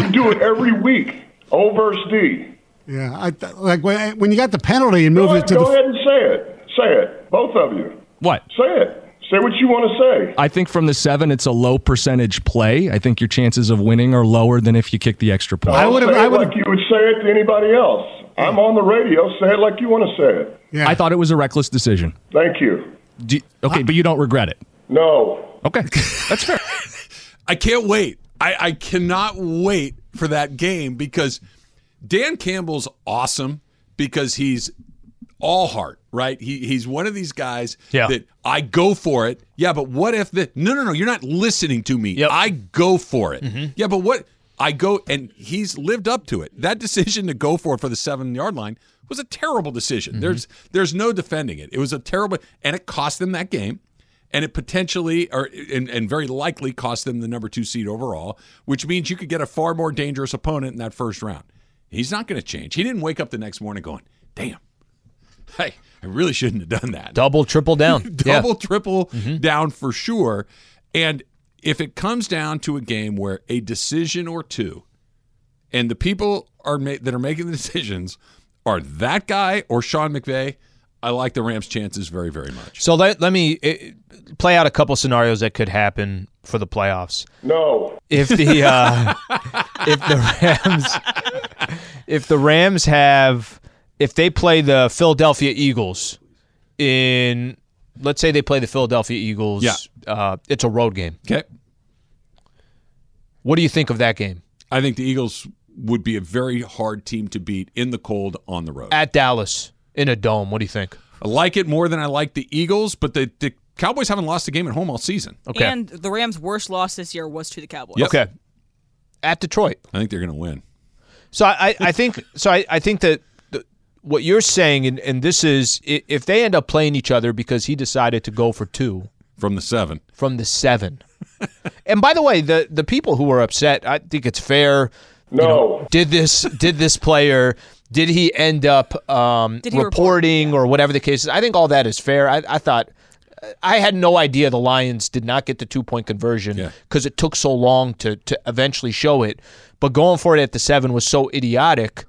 H: we do it every week, O versus D.
I: Yeah, I, th- like when, when you got the penalty and
H: Go,
I: moved
H: ahead,
I: it to
H: go
I: the
H: ahead and say it. Say it, both of you.
G: What?
H: Say it. Say what you want to say.
G: I think from the seven, it's a low percentage play. I think your chances of winning are lower than if you kick the extra point.
I: I would've-
H: Say it
I: I would've-
H: like you would say it to anybody else. I'm on the radio. Say it like you want to say it.
I: yeah.
G: I thought it was a reckless decision.
H: Thank you.
G: Do okay, but you don't regret it.
H: No.
G: Okay, that's fair.
A: I can't wait. I, I cannot wait for that game because Dan Campbell's awesome because he's all heart, right? He, he's one of these guys
B: Yeah.
A: that I go for it. Yeah, but what if the no, no, no? You're not listening to me.
B: Yep. Mm-hmm.
A: I go for it. Yeah, but what I go and he's lived up to it. That decision to go for it for the seven yard line was a terrible decision.
B: Mm-hmm.
A: There's there's no defending it. It was a terrible and it cost them that game. And it potentially, or and, and very likely, cost them the number two seed overall, which means you could get a far more dangerous opponent in that first round. He's not going to change. He didn't wake up the next morning going, "Damn, hey, I really shouldn't have done that."
B: Double, triple down.
A: double, triple down for sure. And if it comes down to a game where a decision or two, and the people are ma- that are making the decisions are that guy or Sean McVay, I like the Rams' chances very, very much.
B: So let, let me eh, play out a couple scenarios that could happen for the playoffs.
H: No.
B: if the uh, if the Rams if the Rams have if they play the Philadelphia Eagles in let's say they play the Philadelphia Eagles
A: Yeah.
B: uh, it's a road game.
A: Okay,
B: What do you think of that game
A: I think the Eagles would be a very hard team to beat in the cold on the road.
B: at Dallas in a dome? What do you think?
A: I like it more than I like the Eagles, but the, the Cowboys haven't lost a game at home all season.
B: Okay.
E: And the Rams' worst loss this year was to the Cowboys.
A: Yep.
B: Okay. At Detroit.
A: I think they're going to win.
B: So I, I- I think so. I, I think that the, what you're saying, and, and this is i- if they end up playing each other because he decided to go for two
A: From the seven,
B: from the seven. and by the way, the the people who are upset, I think it's fair.
H: No.
B: Did this did this player? Did he end up um,
E: Did he report?
B: reporting or whatever the case is? I think all that is fair. I, I thought I had no idea the Lions did not get the two point
A: Yeah.
B: conversion because it took so long to to eventually show it. But going for it at the seven was so idiotic.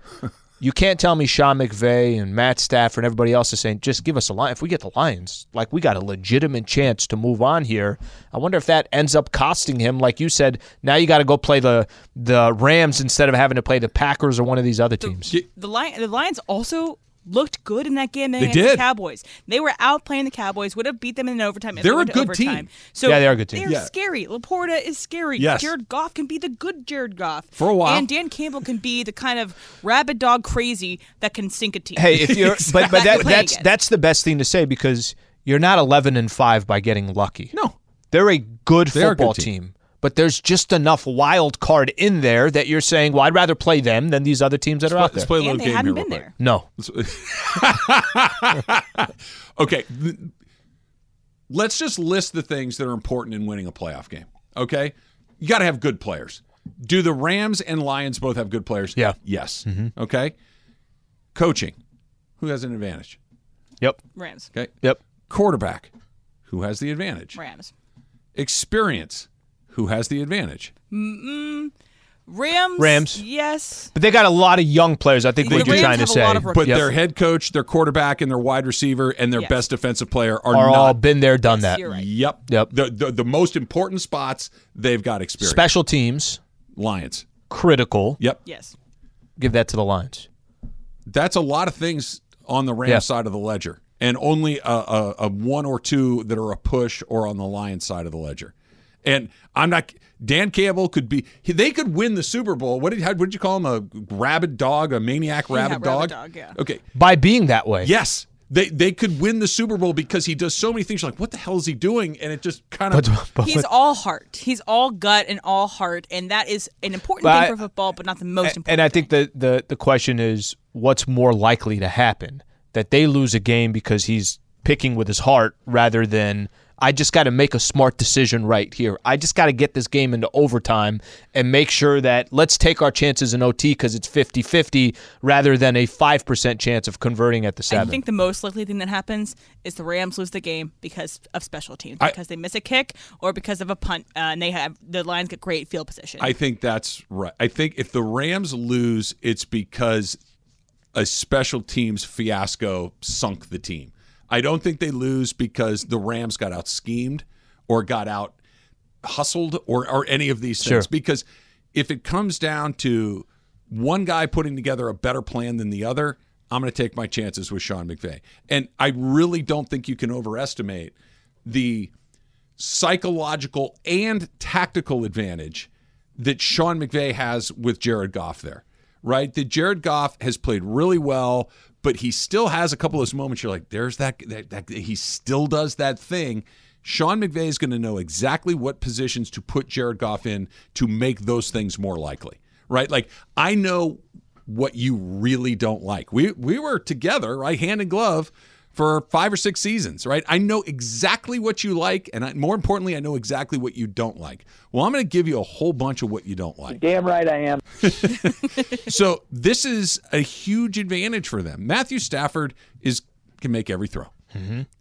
B: You can't tell me Sean McVay and Matt Stafford and everybody else is saying just give us a line. If we get the Lions, like we got a legitimate chance to move on here. I wonder if that ends up costing him. Like you said, now you got to go play the the Rams instead of having to play the Packers or one of these other teams.
E: The Lion, the Lions also looked good in that game against
A: did.
E: the Cowboys. They were out playing the Cowboys. Would have beat them in overtime. If
A: They're
E: they
A: a
E: went to
A: good team.
E: overtime. So
B: Yeah, they are a good team.
E: They're
A: Yeah.
E: scary. Laporta is scary.
A: Yes.
E: Jared Goff can be the good Jared Goff
A: For a while.
E: and Dan Campbell can be the kind of rabid dog crazy that can sink a team.
B: Hey, if you're but but that,
E: That you're playing
B: that's
E: against.
B: that's the best thing to say because you're not 11 and 5 by getting lucky.
A: No.
B: They're a good
A: They are a good
B: football
A: team.
B: team. But there's just enough wild card in there that you're saying, well, I'd rather play them than these other teams that are
A: let's
B: out there.
A: play a little
E: and they
A: game here.
E: hadn't
A: real
E: been
A: quick.
E: there.
B: no.
A: Okay. th- Let's just list the things that are important in winning a playoff game. Okay. You got to have good players. Do the Rams and Lions both have good players?
B: Yeah. Mm-hmm.
A: Yes. Okay. Coaching. Who has an advantage?
B: Yep.
E: Rams.
A: Okay.
B: Yep.
A: Quarterback. Who has the advantage?
E: Rams.
A: Experience. Who has the advantage?
E: Rams.
B: Rams.
E: Yes.
B: But they got a lot of young players. I think
E: The
B: what you're
E: Rams
B: trying to
E: have a
B: say.
E: lot of rookies.
A: But
B: Yep.
A: their head coach, their quarterback, and their wide receiver and their
E: Yes.
A: best defensive player are,
B: are
A: not.
B: all been there, done
A: Uh,
B: that.
E: You're right.
A: Yep.
B: Yep.
A: The, the the most important spots they've got experience.
B: Special teams,
A: Lions.
B: critical.
A: Yep.
E: Yes.
B: Give that to the Lions.
A: that's a lot of things on the Rams
B: Yeah.
A: side of the ledger, and only a, a, a one or two that are a push or on the Lions side of the ledger. And I'm not. Dan Campbell could be. he- They could win the Super Bowl. What did, how, what did you call him? A rabid dog, a maniac rabid
E: rabid
A: dog.
E: dog, yeah.
A: Okay.
B: By being that way.
A: Yes. They, they could win the Super Bowl because he does so many things. You're like, what the hell is he doing? And it just kind of.
E: He's all heart. He's all gut and all heart, and that is an important
B: But
E: thing
B: I-
E: for football, but not the most important.
B: And I think the, the the question is what's more likely to happen? That they lose a game because he's picking with his heart rather than I just got to make a smart decision right here. I just got to get this game into overtime and make sure that let's take our chances in OT because it's 50 50 rather than a 5% chance of converting at the
E: I
B: seven.
E: think the most likely thing that happens is the Rams lose the game because of special teams,
A: I-
E: because they miss a kick or because of a punt, uh, and they have the Lions get great field position.
A: I think that's right. I think if the Rams lose, it's because a special teams fiasco sunk the team. I don't think they lose because the Rams got out schemed or got out hustled or, or any of these things. Because if it comes down to one guy putting together a better plan than the other, I'm going to take my chances with Sean McVay. And I really don't think you can overestimate the psychological and tactical advantage that Sean McVay has with Jared Goff there, right? That Jared Goff has played really well, but he still has a couple of those moments. You're like, there's that, that, that he still does that thing. Sean McVay is going to know exactly what positions to put Jared Goff in to make those things more likely, right? Like, I know what you really don't like. We we were together, right, hand in glove, for five or six seasons, right? I know exactly what you like, and I, more importantly, I know exactly what you don't like. Well, I'm going to give you a whole bunch of what you don't like.
J: Damn right I am.
A: So this is a huge advantage for them. Matthew Stafford is can make every throw.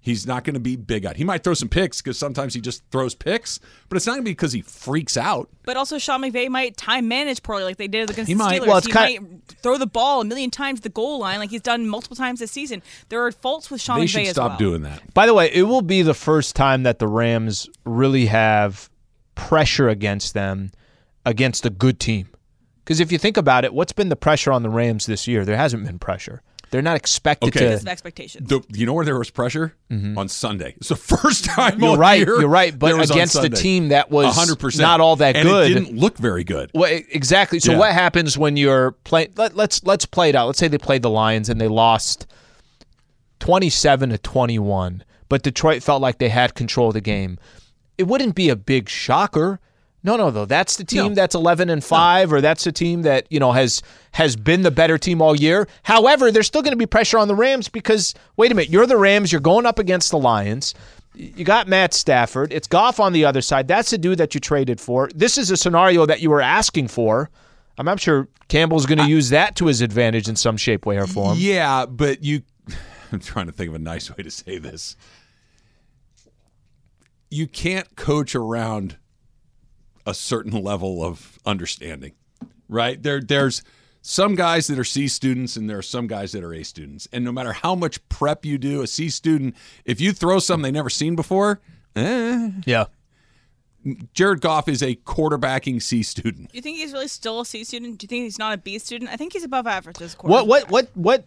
A: He's not going to be big out. He might throw some picks because sometimes he just throws picks, but it's not going to be because he freaks out.
E: But also, Sean McVay might time manage poorly, like they did against
A: He
E: the
A: might.
E: Steelers.
A: Well, it's
E: he
A: kind-
E: might throw the ball a million times to the goal line, like he's done multiple times this season. There are faults with Sean
A: They
E: McVay
A: should
E: as
A: stop
E: well.
A: doing that.
B: By the way, it will be the first time that the Rams really have pressure against them against a good team. Because if you think about it, what's been the pressure on the Rams this year? There hasn't been pressure. They're not expected
A: Okay.
E: Because of
B: to.
E: expectations.
A: The, you know where there was pressure on Sunday. It's the first time. all
B: Mm-hmm. You're right.
A: year
B: You're right.
A: there
B: But
A: was on
B: against a
A: Sunday.
B: team that was
A: 100%.
B: not all that
A: And
B: good.
A: it didn't look very good.
B: Well, e- exactly. So
A: Yeah.
B: what happens when you're playing? Let, let's let's play it out. Let's say they played the Lions and they lost twenty-seven to twenty-one, but Detroit felt like they had control of the game. It wouldn't be a big shocker. No, no, though. That's the team that's eleven and five, or that's the team that you know has has been the better team all year. However, there's still going to be pressure on the Rams because wait a minute, you're the Rams. You're going up against the Lions. You got Matt Stafford. It's Goff on the other side. That's the dude that you traded for. This is a scenario that you were asking for. I'm, I'm sure Campbell's going to use that to his advantage in some shape, way, or form.
A: Yeah, but you. I'm trying to think of a nice way to say this. You can't coach around a certain level of understanding, right? There, there's some guys that are C students, and there are some guys that are A students. And no matter how much prep you do, a C student, if you throw something they've never seen before, eh.
B: yeah.
A: Jared Goff is a quarterbacking C student.
E: You think he's really still a C student? Do you think he's not a B student? I think he's above average as a
B: What
E: quarterback.
B: what what what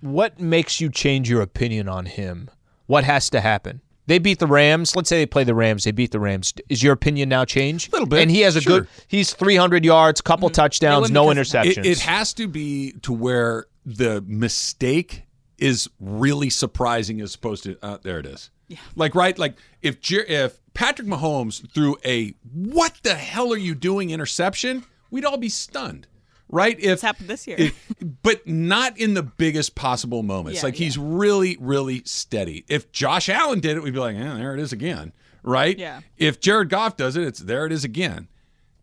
B: what makes you change your opinion on him? What has to happen? They beat the Rams. Let's say they play the Rams. They beat the Rams. Is your opinion now changed? A little
A: bit,
B: And he has a
A: sure.
B: good. He's 300 yards, couple touchdowns,
A: win
B: no
A: because of that.
B: interceptions.
A: It, it has to be to where the mistake is really surprising as opposed to uh, there it is. Yeah. Like right, like if Jer- if Patrick Mahomes threw a what the hell are you doing interception, we'd all be stunned. Right? If
E: It's happened this year.
A: it- but not in the biggest possible moments.
E: Yeah,
A: like he's really, really steady. If Josh Allen did it, we'd be like, eh, there it is again, right?
E: Yeah.
A: If Jared Goff does it, it's there it is again.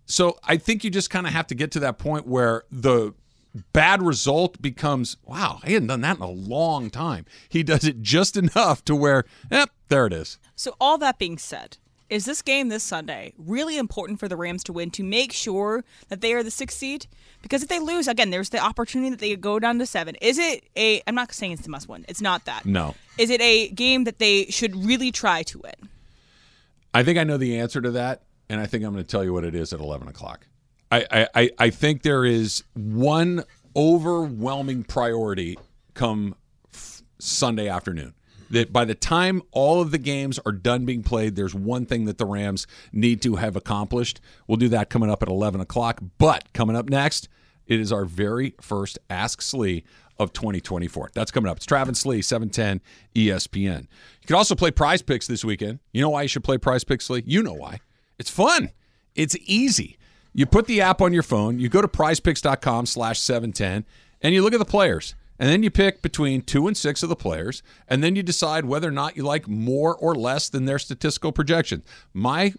A: So I think you just kind of have to get to that point where the bad result becomes, wow, I hadn't done that in a long time. He does it just enough to where, yep, there it is.
E: So, all that being said, is this game this Sunday really important for the Rams to win to make sure that they are the sixth seed? Because if they lose, again, there's the opportunity that they go down to seven. Is it a? I'm not saying it's the must win. It's not that.
A: No.
E: Is it a game that they should really try to win?
A: I think I know the answer to that, and I think I'm going to tell you what it is at 11 o'clock. I, I, I- I think there is one overwhelming priority come f- Sunday afternoon. That by the time all of the games are done being played, there's one thing that the Rams need to have accomplished. We'll do that coming up at 11 o'clock. But coming up next, it is our very first Ask Slee of 2024. That's coming up. It's Travis Slee, E 710 ESPN. You can also play prize picks this weekend. You know why you should play prize picks, Slee? You know why. It's fun. It's easy. You put the app on your phone, you go to prizepicks.com slash 710, and you look at the players. And then you pick between two and six of the players, and then you decide whether or not you like more or less than their statistical projection. My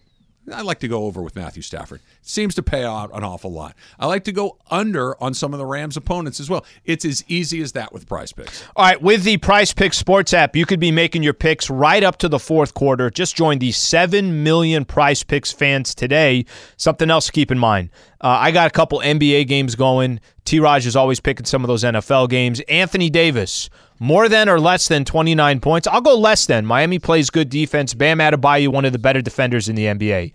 A: I like to go over with Matthew Stafford. Seems to pay out an awful lot. I like to go under on some of the Rams' opponents as well. It's as easy as that with prize picks.
B: All right, with the Price Picks Sports app, you could be making your picks right up to the fourth quarter. Just join the 7 million Price Picks fans today. Something else to keep in mind. Uh, I got a couple NBA games going. T Raj is always picking some of those NFL games. Anthony Davis, more than or less than 29 points. I'll go less than. Miami plays good defense. Bam Adebayo, one of the better defenders in the NBA.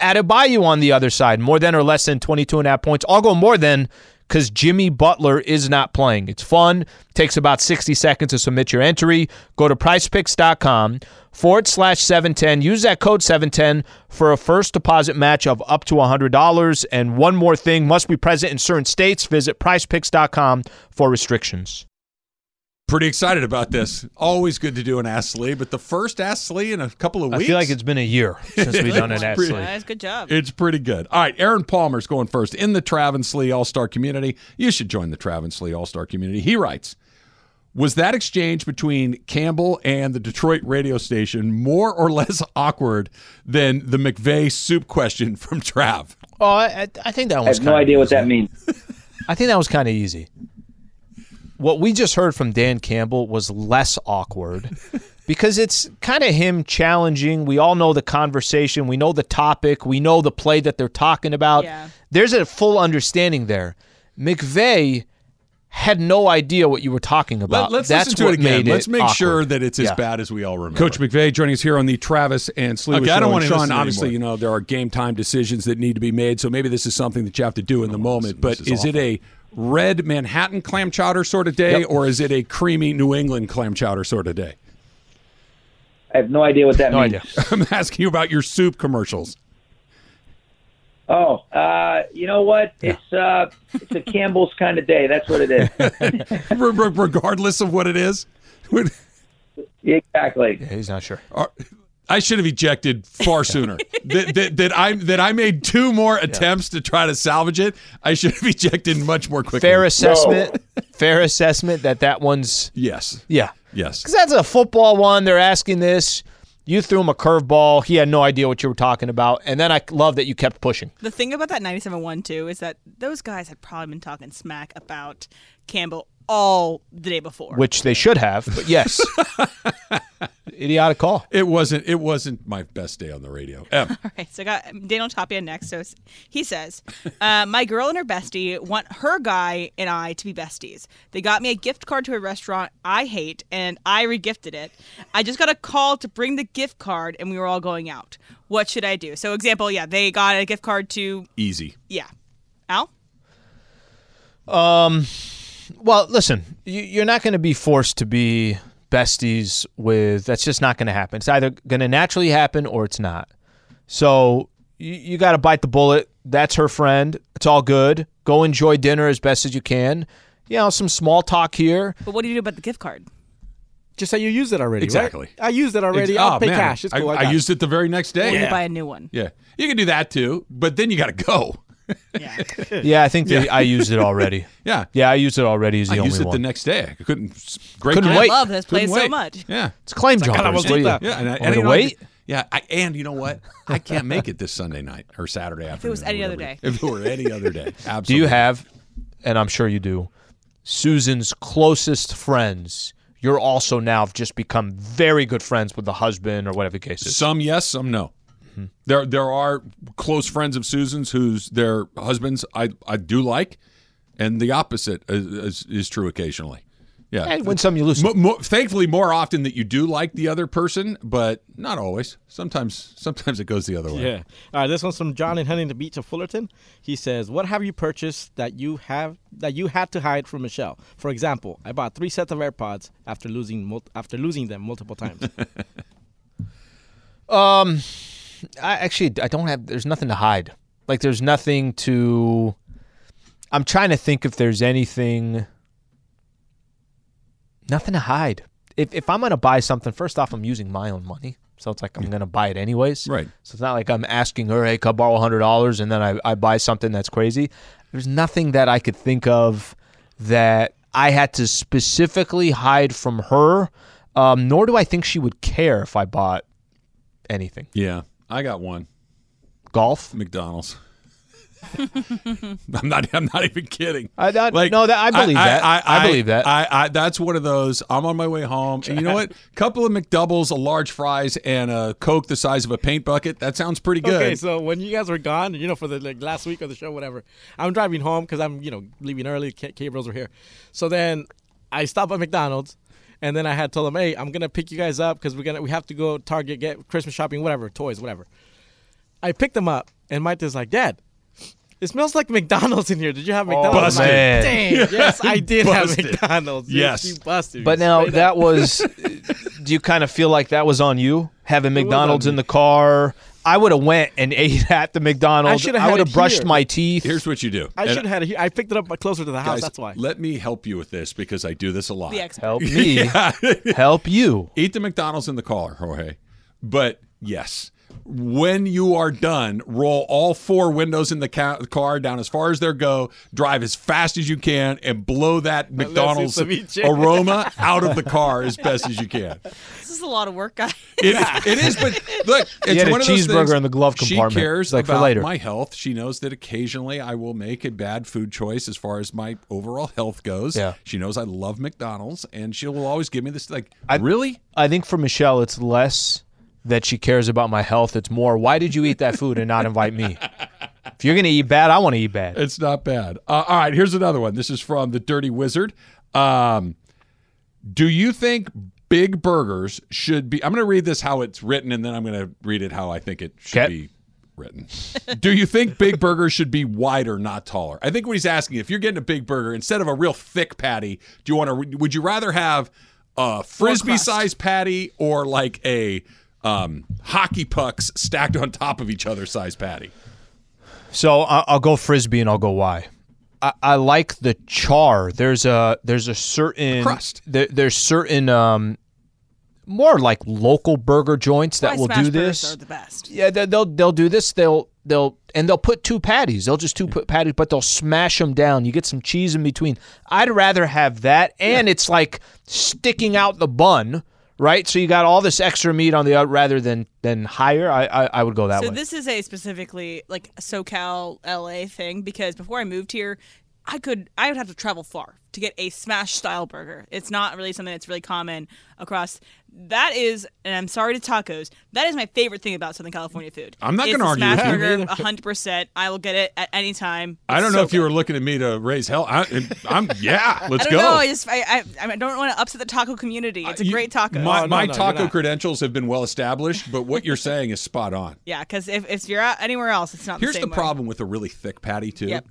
B: Adebayo on the other side, more than or less than 22 and a half points. I'll go more than because Jimmy Butler is not playing. It's fun. Takes about 60 seconds to submit your entry. Go to pricepicks.com forward slash 710. Use that code 710 for a first deposit match of up to $100. And one more thing must be present in certain states. Visit pricepicks.com for restrictions.
A: Pretty excited about this. Always good to do an Ask Slee, but the first Ask Slee in a couple of
B: I
A: weeks.
B: feel like it's been a year since we've done it,
A: pretty-
B: actually.
E: Guys, good job.
A: It's pretty good. All right, Aaron Palmer's going first in the Travis Lee All Star community. You should join the Travis Lee All Star community. He writes Was that exchange between Campbell and the Detroit radio station more or less awkward than the McVeigh soup question from Trav?
B: Oh, I, I- I think that
J: I
B: one's
J: have no
B: kinda
J: idea what
B: easy.
J: that means.
B: I think that was kind of easy. What we just heard from Dan Campbell was less awkward because it's kind of him challenging. We all know the conversation, we know the topic, we know the play that they're talking about.
E: Yeah.
B: There's a full understanding there. McVeigh had no idea what you were talking about.
A: Let, us
B: Uh, That's
A: listen to
B: what
A: it again.
B: made
A: Let's make sure
B: awkward.
A: that it's as
B: Yeah.
A: bad as we all remember.
K: Coach McVay joining us here on the Travis and Slee
A: Okay,
K: show.
A: I don't
K: And
A: want to
K: Sean.
A: listen
K: Obviously,
A: anymore.
K: you know there are game time decisions that need to be made, so maybe this is something that you have to do in the moment. But
A: Oh, This
K: is
A: is
K: it a red Manhattan clam chowder sort of day,
A: Yep.
K: or is it a creamy New England clam chowder sort of day?
J: I have no idea what that
B: No
J: means.
B: idea.
K: I'm asking you about your soup commercials.
J: Oh, uh, you know what? It's uh, it's a Campbell's kind of day. That's what it is.
K: Re- re- regardless of what it is,
J: exactly.
B: Yeah, he's not sure.
A: I should have ejected far sooner. that, that, that I that I made two more attempts to try to salvage it. I should have ejected much more quickly.
B: Fair assessment. Fair assessment that that one's
A: Yes.
B: yeah.
A: Yes.
B: Because that's a football one. They're asking this. You threw him a curveball. He had no idea what you were talking about. And then I love that you kept pushing.
E: The thing about that 97.1 too is that those guys had probably been talking smack about Campbell all the day before.
B: which they should have. But yes, idiotic call.
A: It wasn't. It wasn't my best day on the radio. Em,
E: All right, so I got Daniel Tapia next. So it's- he says, uh, "My girl and her bestie want her guy and I to be besties. They got me a gift card to a restaurant I hate, and I regifted it. I just got a call to bring the gift card, and we were all going out. What should I do? So example, yeah, they got a gift card to
A: easy.
E: yeah, Al.
B: Well, listen, you, you're not going to be forced to be besties with. That's just not going to happen. It's either going to naturally happen or it's not. So you, you got to bite the bullet. That's her friend. It's all good. Go enjoy dinner as best as you can. You know, some small talk here.
E: But what do you do about the gift card?
D: Just say you used it already. right?
A: Exactly.
D: I used it already.
A: Ex-
D: I'll
A: oh,
D: pay
A: man.
D: cash. It's cool.
A: I, I
D: got
A: used it the very next day.
E: Or you buy
A: Yeah.
E: a new one.
A: Yeah. You can do that too, but then you got to go.
E: Yeah.
B: Yeah, I think they, I used it already.
A: Yeah.
B: Yeah, I used it already. Is the
A: I
B: only
A: used it
B: one.
A: the next day. I couldn't. Great.
B: Couldn't
A: game.
B: wait.
E: Love this
A: Couldn't
E: place so
A: wait.
E: much.
A: Yeah.
B: it's claim jumpers.
D: wasn't
B: What do you-
D: that.
A: Yeah, and, I,
B: Want
A: and
B: me
A: you
B: to
A: know, I
B: wait?
A: could- yeah, I, and you know what? I can't make it this Sunday night or Saturday afternoon. If
E: was any other day.
A: If it were any other day. Absolutely.
B: Do you have, and I'm sure you do, Susan's closest friends? You're also now have just become very good friends with the husband or whatever the case is.
A: Some yes, some no. There there are close friends of Susan's whose their husbands I I do like, and the opposite is, is, is true occasionally. Yeah.
B: And when some you lose.
A: Mo- mo- thankfully, more often that you do like the other person, but not always. Sometimes, sometimes it goes the other way.
D: Yeah. All right. This one's from John in Huntington Beach of Fullerton. He says, "What have you purchased that you have that you had to hide from Michelle? For example, I bought three sets of AirPods after losing mul- after losing them multiple times.
B: I actually I don't have. There's nothing to hide. Like there's nothing to. I'm trying to think if there's anything. Nothing to hide. If if I'm gonna buy something, first off, I'm using my own money, so it's like I'm gonna buy it anyways.
A: Right.
B: So it's not like I'm asking her, hey, can I borrow hundred dollars and then I, I buy something that's crazy. There's nothing that I could think of that I had to specifically hide from her. Um, nor do I think she would care if I bought anything.
A: Yeah. I got one.
B: Golf.
A: McDonald's. I'm not. I'm not even kidding.
B: I- that- no, that- I believe that. I believe that.
A: I, I, that's one of those. I'm on my way home, and you know what? Couple of McDoubles, a large fries, and a Coke the size of a paint bucket. That sounds pretty good.
D: Okay, so when you guys were gone, you know, for the like last week of the show, whatever, I'm driving home because I'm, you know, leaving early. K- Gabriel's were here, so then I stopped at McDonald's, and then I had told them, hey, I'm gonna pick you guys up because we're gonna we have to go Target get Christmas shopping, whatever, toys, whatever. I picked them up, and Mike is like, Dad. It smells like McDonald's in here. Did you have McDonald's? I'm like,
B: man.
D: Dang. Yes, I did have
A: Oh, Busted.
D: McDonald's. dude.
A: Yes.
D: She busted. me
B: But now
D: straight up.
B: that was. do you kind of feel like that was on you having McDonald's in the car? I would have went and ate at the
D: I
B: McDonald's.
D: should've
B: I
D: had
B: would have
D: it
B: brushed
D: here.
B: my teeth.
A: Here's what you do.
D: I
A: And
D: should have had it here. I picked it up closer to the house.
A: guys,
D: that's why.
A: Let me help you with this because I do this a lot.
D: The expert. Help
B: me help you.
A: Eat the McDonald's in the car, Jorge. But yes, when you are done, roll all four windows in the ca- car down as far as they go, drive as fast as you can, and blow that
E: Unless it's
A: McDonald's
E: ceviche.
A: aroma out of the car as best as you can.
E: This is a lot of work, guys.
A: It, it is, but look,
B: He
A: it's
B: had a
A: one of those
B: cheeseburger
A: things-
B: in the glove compartment,
A: She cares
B: like, for
A: about
B: later.
A: my health. She knows that occasionally I will make a bad food choice as far as my overall health goes.
B: Yeah.
A: She knows I love McDonald's, and she will always give me this like
B: I, really? I think for Michelle, it's less that she cares about my health. It's more, why did you eat that food and not invite me? If you're going to eat bad, I want to eat bad.
A: It's not bad. Uh, all right, here's another one. This is from the Dirty Wizard. Um, do you think big burgers should be? I'm going to read this how it's written, and then I'm going to read it how I think it should be written. do you think big burgers should be wider, not taller? I think what he's asking, if you're getting a big burger instead of a real thick patty, do you want to? Would you rather have a frisbee-sized patty or like a um, hockey pucks stacked on top of each other size patty?
B: So I- I'll go frisbee and I'll go why. I, I like the char. There's a there's a certain
A: crust.
B: There, there's certain um, more like local burger joints that
E: Why
B: will
E: smash
B: do
E: burgers
B: this.
E: Are the best.
B: Yeah, they- they'll they'll do this. They'll they'll and they'll put two patties. They'll just two put patties, but they'll smash them down. You get some cheese in between. I'd rather have that, and it's like sticking out the bun, right? So you got all this extra meat on the out rather than than higher. I I, I would go that
E: so
B: way.
E: this is a specifically like SoCal LA thing because before I moved here, I could I would have to travel far to get a smash style burger. It's not really something that's really common across. That is, and I'm sorry to tacos. That is my favorite thing about Southern California food.
A: I'm not
E: It's
A: gonna
E: the
A: argue
E: Smash
A: with you.
E: burger, 100. percent I will get it at any time.
A: I don't
E: It's
A: know
E: so
A: if you were looking at me to raise hell. I, I'm yeah. Let's
E: I
A: go.
E: don't Know, I just I, I, I don't want to upset the taco community. It's a
A: You-
E: great taco. Oh,
A: My, my taco credentials have been well established, but what you're saying is spot on.
E: Yeah, because if, if you're out anywhere else, it's not.
A: Here's
E: the,
A: the,
E: same way.
A: problem with a really thick patty too.
E: Yep.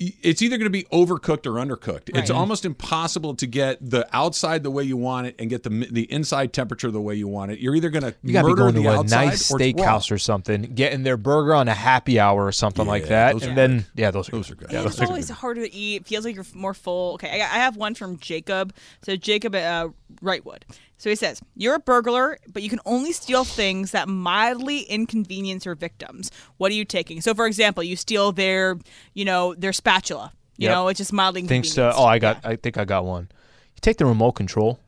A: Y- It's either going to be overcooked or undercooked. It's
E: Right.
A: almost impossible to get the outside the way you want it and get the mi- the inside temperature the way you want it. You're either going to
B: You gotta be
A: murder
B: going
A: the
B: to a
A: outside
B: nice
A: or it's raw.
B: steakhouse or something, getting their burger on a happy hour or something like that,
A: those
B: and
A: are
B: then yeah, those are
A: those are good.
B: Yeah,
E: And it's
B: those are
E: always harder to eat. Feels like you're f- more full. Okay, I, I have one from Jacob. So Jacob uh, Wrightwood. So he says, "You're a burglar, but you can only steal things that mildly inconvenience your victims. What are you taking? So, for example, you steal their, you know, their spatula. You
B: Yep.
E: know, it's just mildly
B: Thinks
E: inconvenience.
B: to, oh, I got, I think I got one. You take the remote control.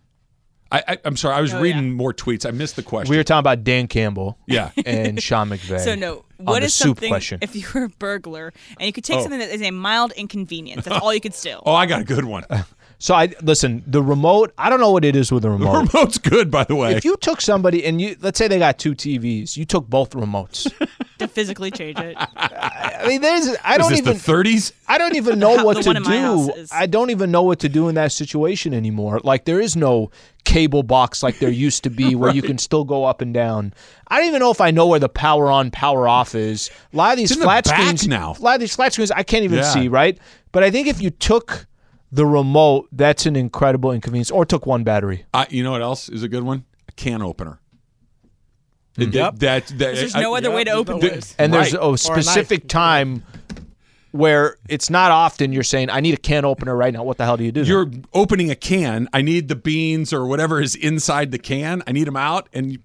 A: I, I, I'm sorry, I was
E: Oh,
A: reading more tweets. I missed the question.
B: We were talking about Dan Campbell,
A: Yeah.
B: and Sean McVay.
E: So no,
B: on
E: what
B: the
E: is
B: soup
E: something
B: question?
E: if you were a burglar and you could take
B: Oh.
E: something that is a mild inconvenience? That's all you could steal.
A: oh, I got a good one.
B: so I listen. The remote, I don't know what it is with the remote.
A: remote's good, by the way.
B: If you took somebody and you, let's say they got two TVs, you took both remotes.
E: to physically change it.
B: I mean, there's. I don't
A: is this
B: even.
A: the 30s?
B: I don't even know what
E: The
B: to
E: one in my house
B: do.
E: is-
B: I don't even know what to do in that situation anymore. Like there is no cable box like there used to be where you can still go up and down. I don't even know if I know where the power on, power off is. A lot of these
A: It's in the
B: flat
A: back
B: screens
A: now.
B: A lot of these flat screens I can't even
A: Yeah.
B: see, right? But I think if you took the remote, that's an incredible inconvenience. Or took one battery.
A: I, you know what else is a good one? A can opener. Th- That, that,
E: Mm. There's no other way to open
A: th-
E: those.
B: And there's
A: right.
B: a specific time where it's not often you're saying, I need a can opener right now. What the hell do you do?
A: You're opening a can. I need the beans or whatever is inside the can. I need them out, and you-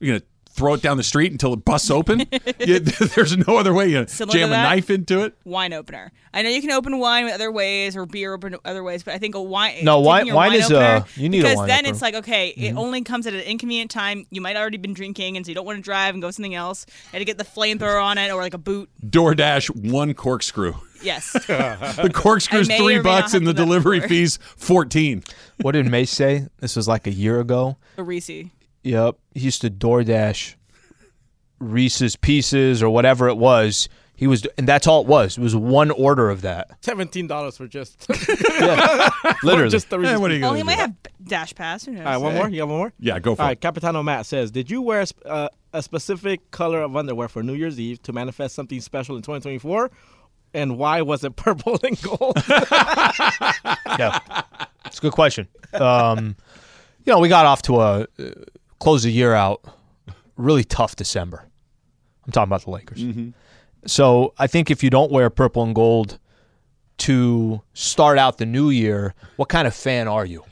A: you're gonna throw it down the street until it busts open. You- there's no other way. You
E: Similar to
A: jam a
E: that?
A: knife into it.
E: wine opener. I know you can open wine with other ways or beer open other ways, but I think a wine.
B: No,
E: taking
B: wine-
E: your
B: wine is, uh,
E: opener,
B: you need a
E: because
B: wine
E: then
B: opener. Mm-hmm.
E: it's like okay, it only comes at an inconvenient time. You might already been drinking, and so you don't want to drive and go something else. You had to get the flamethrower on it or like a boot.
A: DoorDash one corkscrew.
E: Yes,
A: the corkscrew's
E: I may
A: three
E: or may not
A: bucks,
E: have
A: and the
E: done that
A: delivery
E: before.
A: fees fourteen.
B: what did May say? This was like a year ago.
E: a Reese.
B: Yep. He used to DoorDash Reese's Pieces or whatever it was. He was, and that's all it was. It was one order of that.
D: Seventeen dollars for just
B: Literally.
D: just the reason.
E: Well, he might have dash pass. Who knows?
D: All right, one more. You got one more?
A: Yeah, go for
D: All
A: it.
D: right, Capitano Matt says, "Did you wear a sp- uh, a specific color of underwear for New Year's Eve to manifest something special in 2024? And why was it purple and gold?"
B: yeah. It's a good question. Um, you know, we got off to a uh, close the year out really tough December. I'm talking about the Lakers. So I think if you don't wear purple and gold to start out the new year, what kind of fan are you?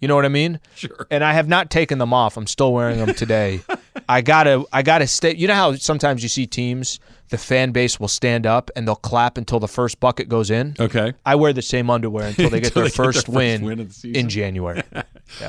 B: You know what I mean? Sure. And I have not taken them off. I'm still wearing them today. I gotta, I gotta stay. You know how sometimes you see teams, the fan base will stand up and they'll clap until the first bucket goes in.
A: Okay.
B: I wear the same underwear until they get
A: Until
B: their
A: they get their
B: first
A: first
B: win,
A: win of the season.
B: in January.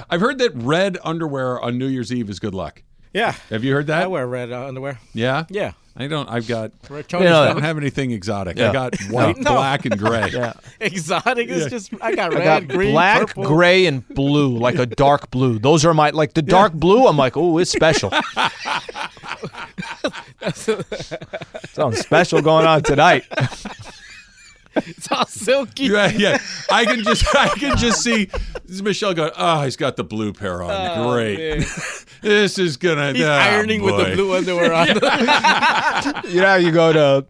A: I've heard that red underwear on New Year's Eve is good luck.
D: Yeah.
A: Have you heard that?
D: I wear red uh, underwear.
A: Yeah.
D: Yeah.
A: I don't. I've got.
D: Wear
A: I
D: Tony
A: don't
D: stuff.
A: have anything exotic.
B: Yeah.
A: I got
B: No.
A: white,
D: No.
A: black, and gray.
B: Yeah.
D: Exotic is just I got
B: I
D: red,
B: got
D: green,
B: black,
D: purple.
B: gray, and blue, like a dark blue. Those are my like the dark blue. I'm like, oh, it's special. Something special going on tonight.
D: It's all silky.
A: Yeah, yeah. I can just, I can just see Michelle going. Oh, he's got the blue pair on.
D: Oh,
A: Great.
D: man.
A: this is gonna.
D: He's
A: oh,
D: ironing with the
A: boy.
D: blue underwear on.
B: You know, how you go to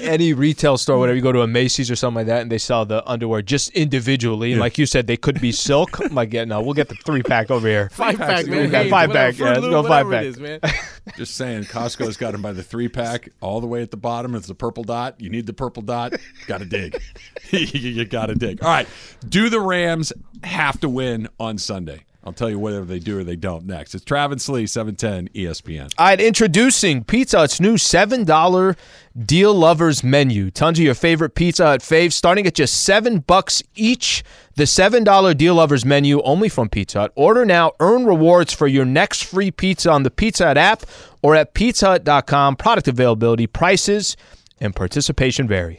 B: any retail store, whatever you go to a Macy's or something like that, and they sell the underwear just individually. And
A: Yeah.
B: like you said, they could be silk. I'm like, yeah, no, we'll get the three pack over here.
D: Five pack,
B: We
D: man.
B: got
D: Hey,
B: five
D: whatever,
B: pack. Yeah,
D: Fruit
B: let's
D: Loop,
B: go five
D: whatever
B: pack.
D: It is, man.
A: Just saying, Costco's got them by the three pack, all the way at the bottom. It's the purple dot. You need the purple dot. Got to dig. you got to dig. All right. Do the Rams have to win on Sunday? I'll tell you whether they do or they don't next. It's Travis Lee, seven ten, E ESPN.
B: All right, introducing Pizza Hut's new $7 Deal Lovers menu. Tons of your favorite Pizza Hut faves starting at just 7 bucks each. The $7 Deal Lovers menu only from Pizza Hut. Order now, earn rewards for your next free pizza on the Pizza Hut app or at pizzahut.com. Product availability, prices, and participation vary.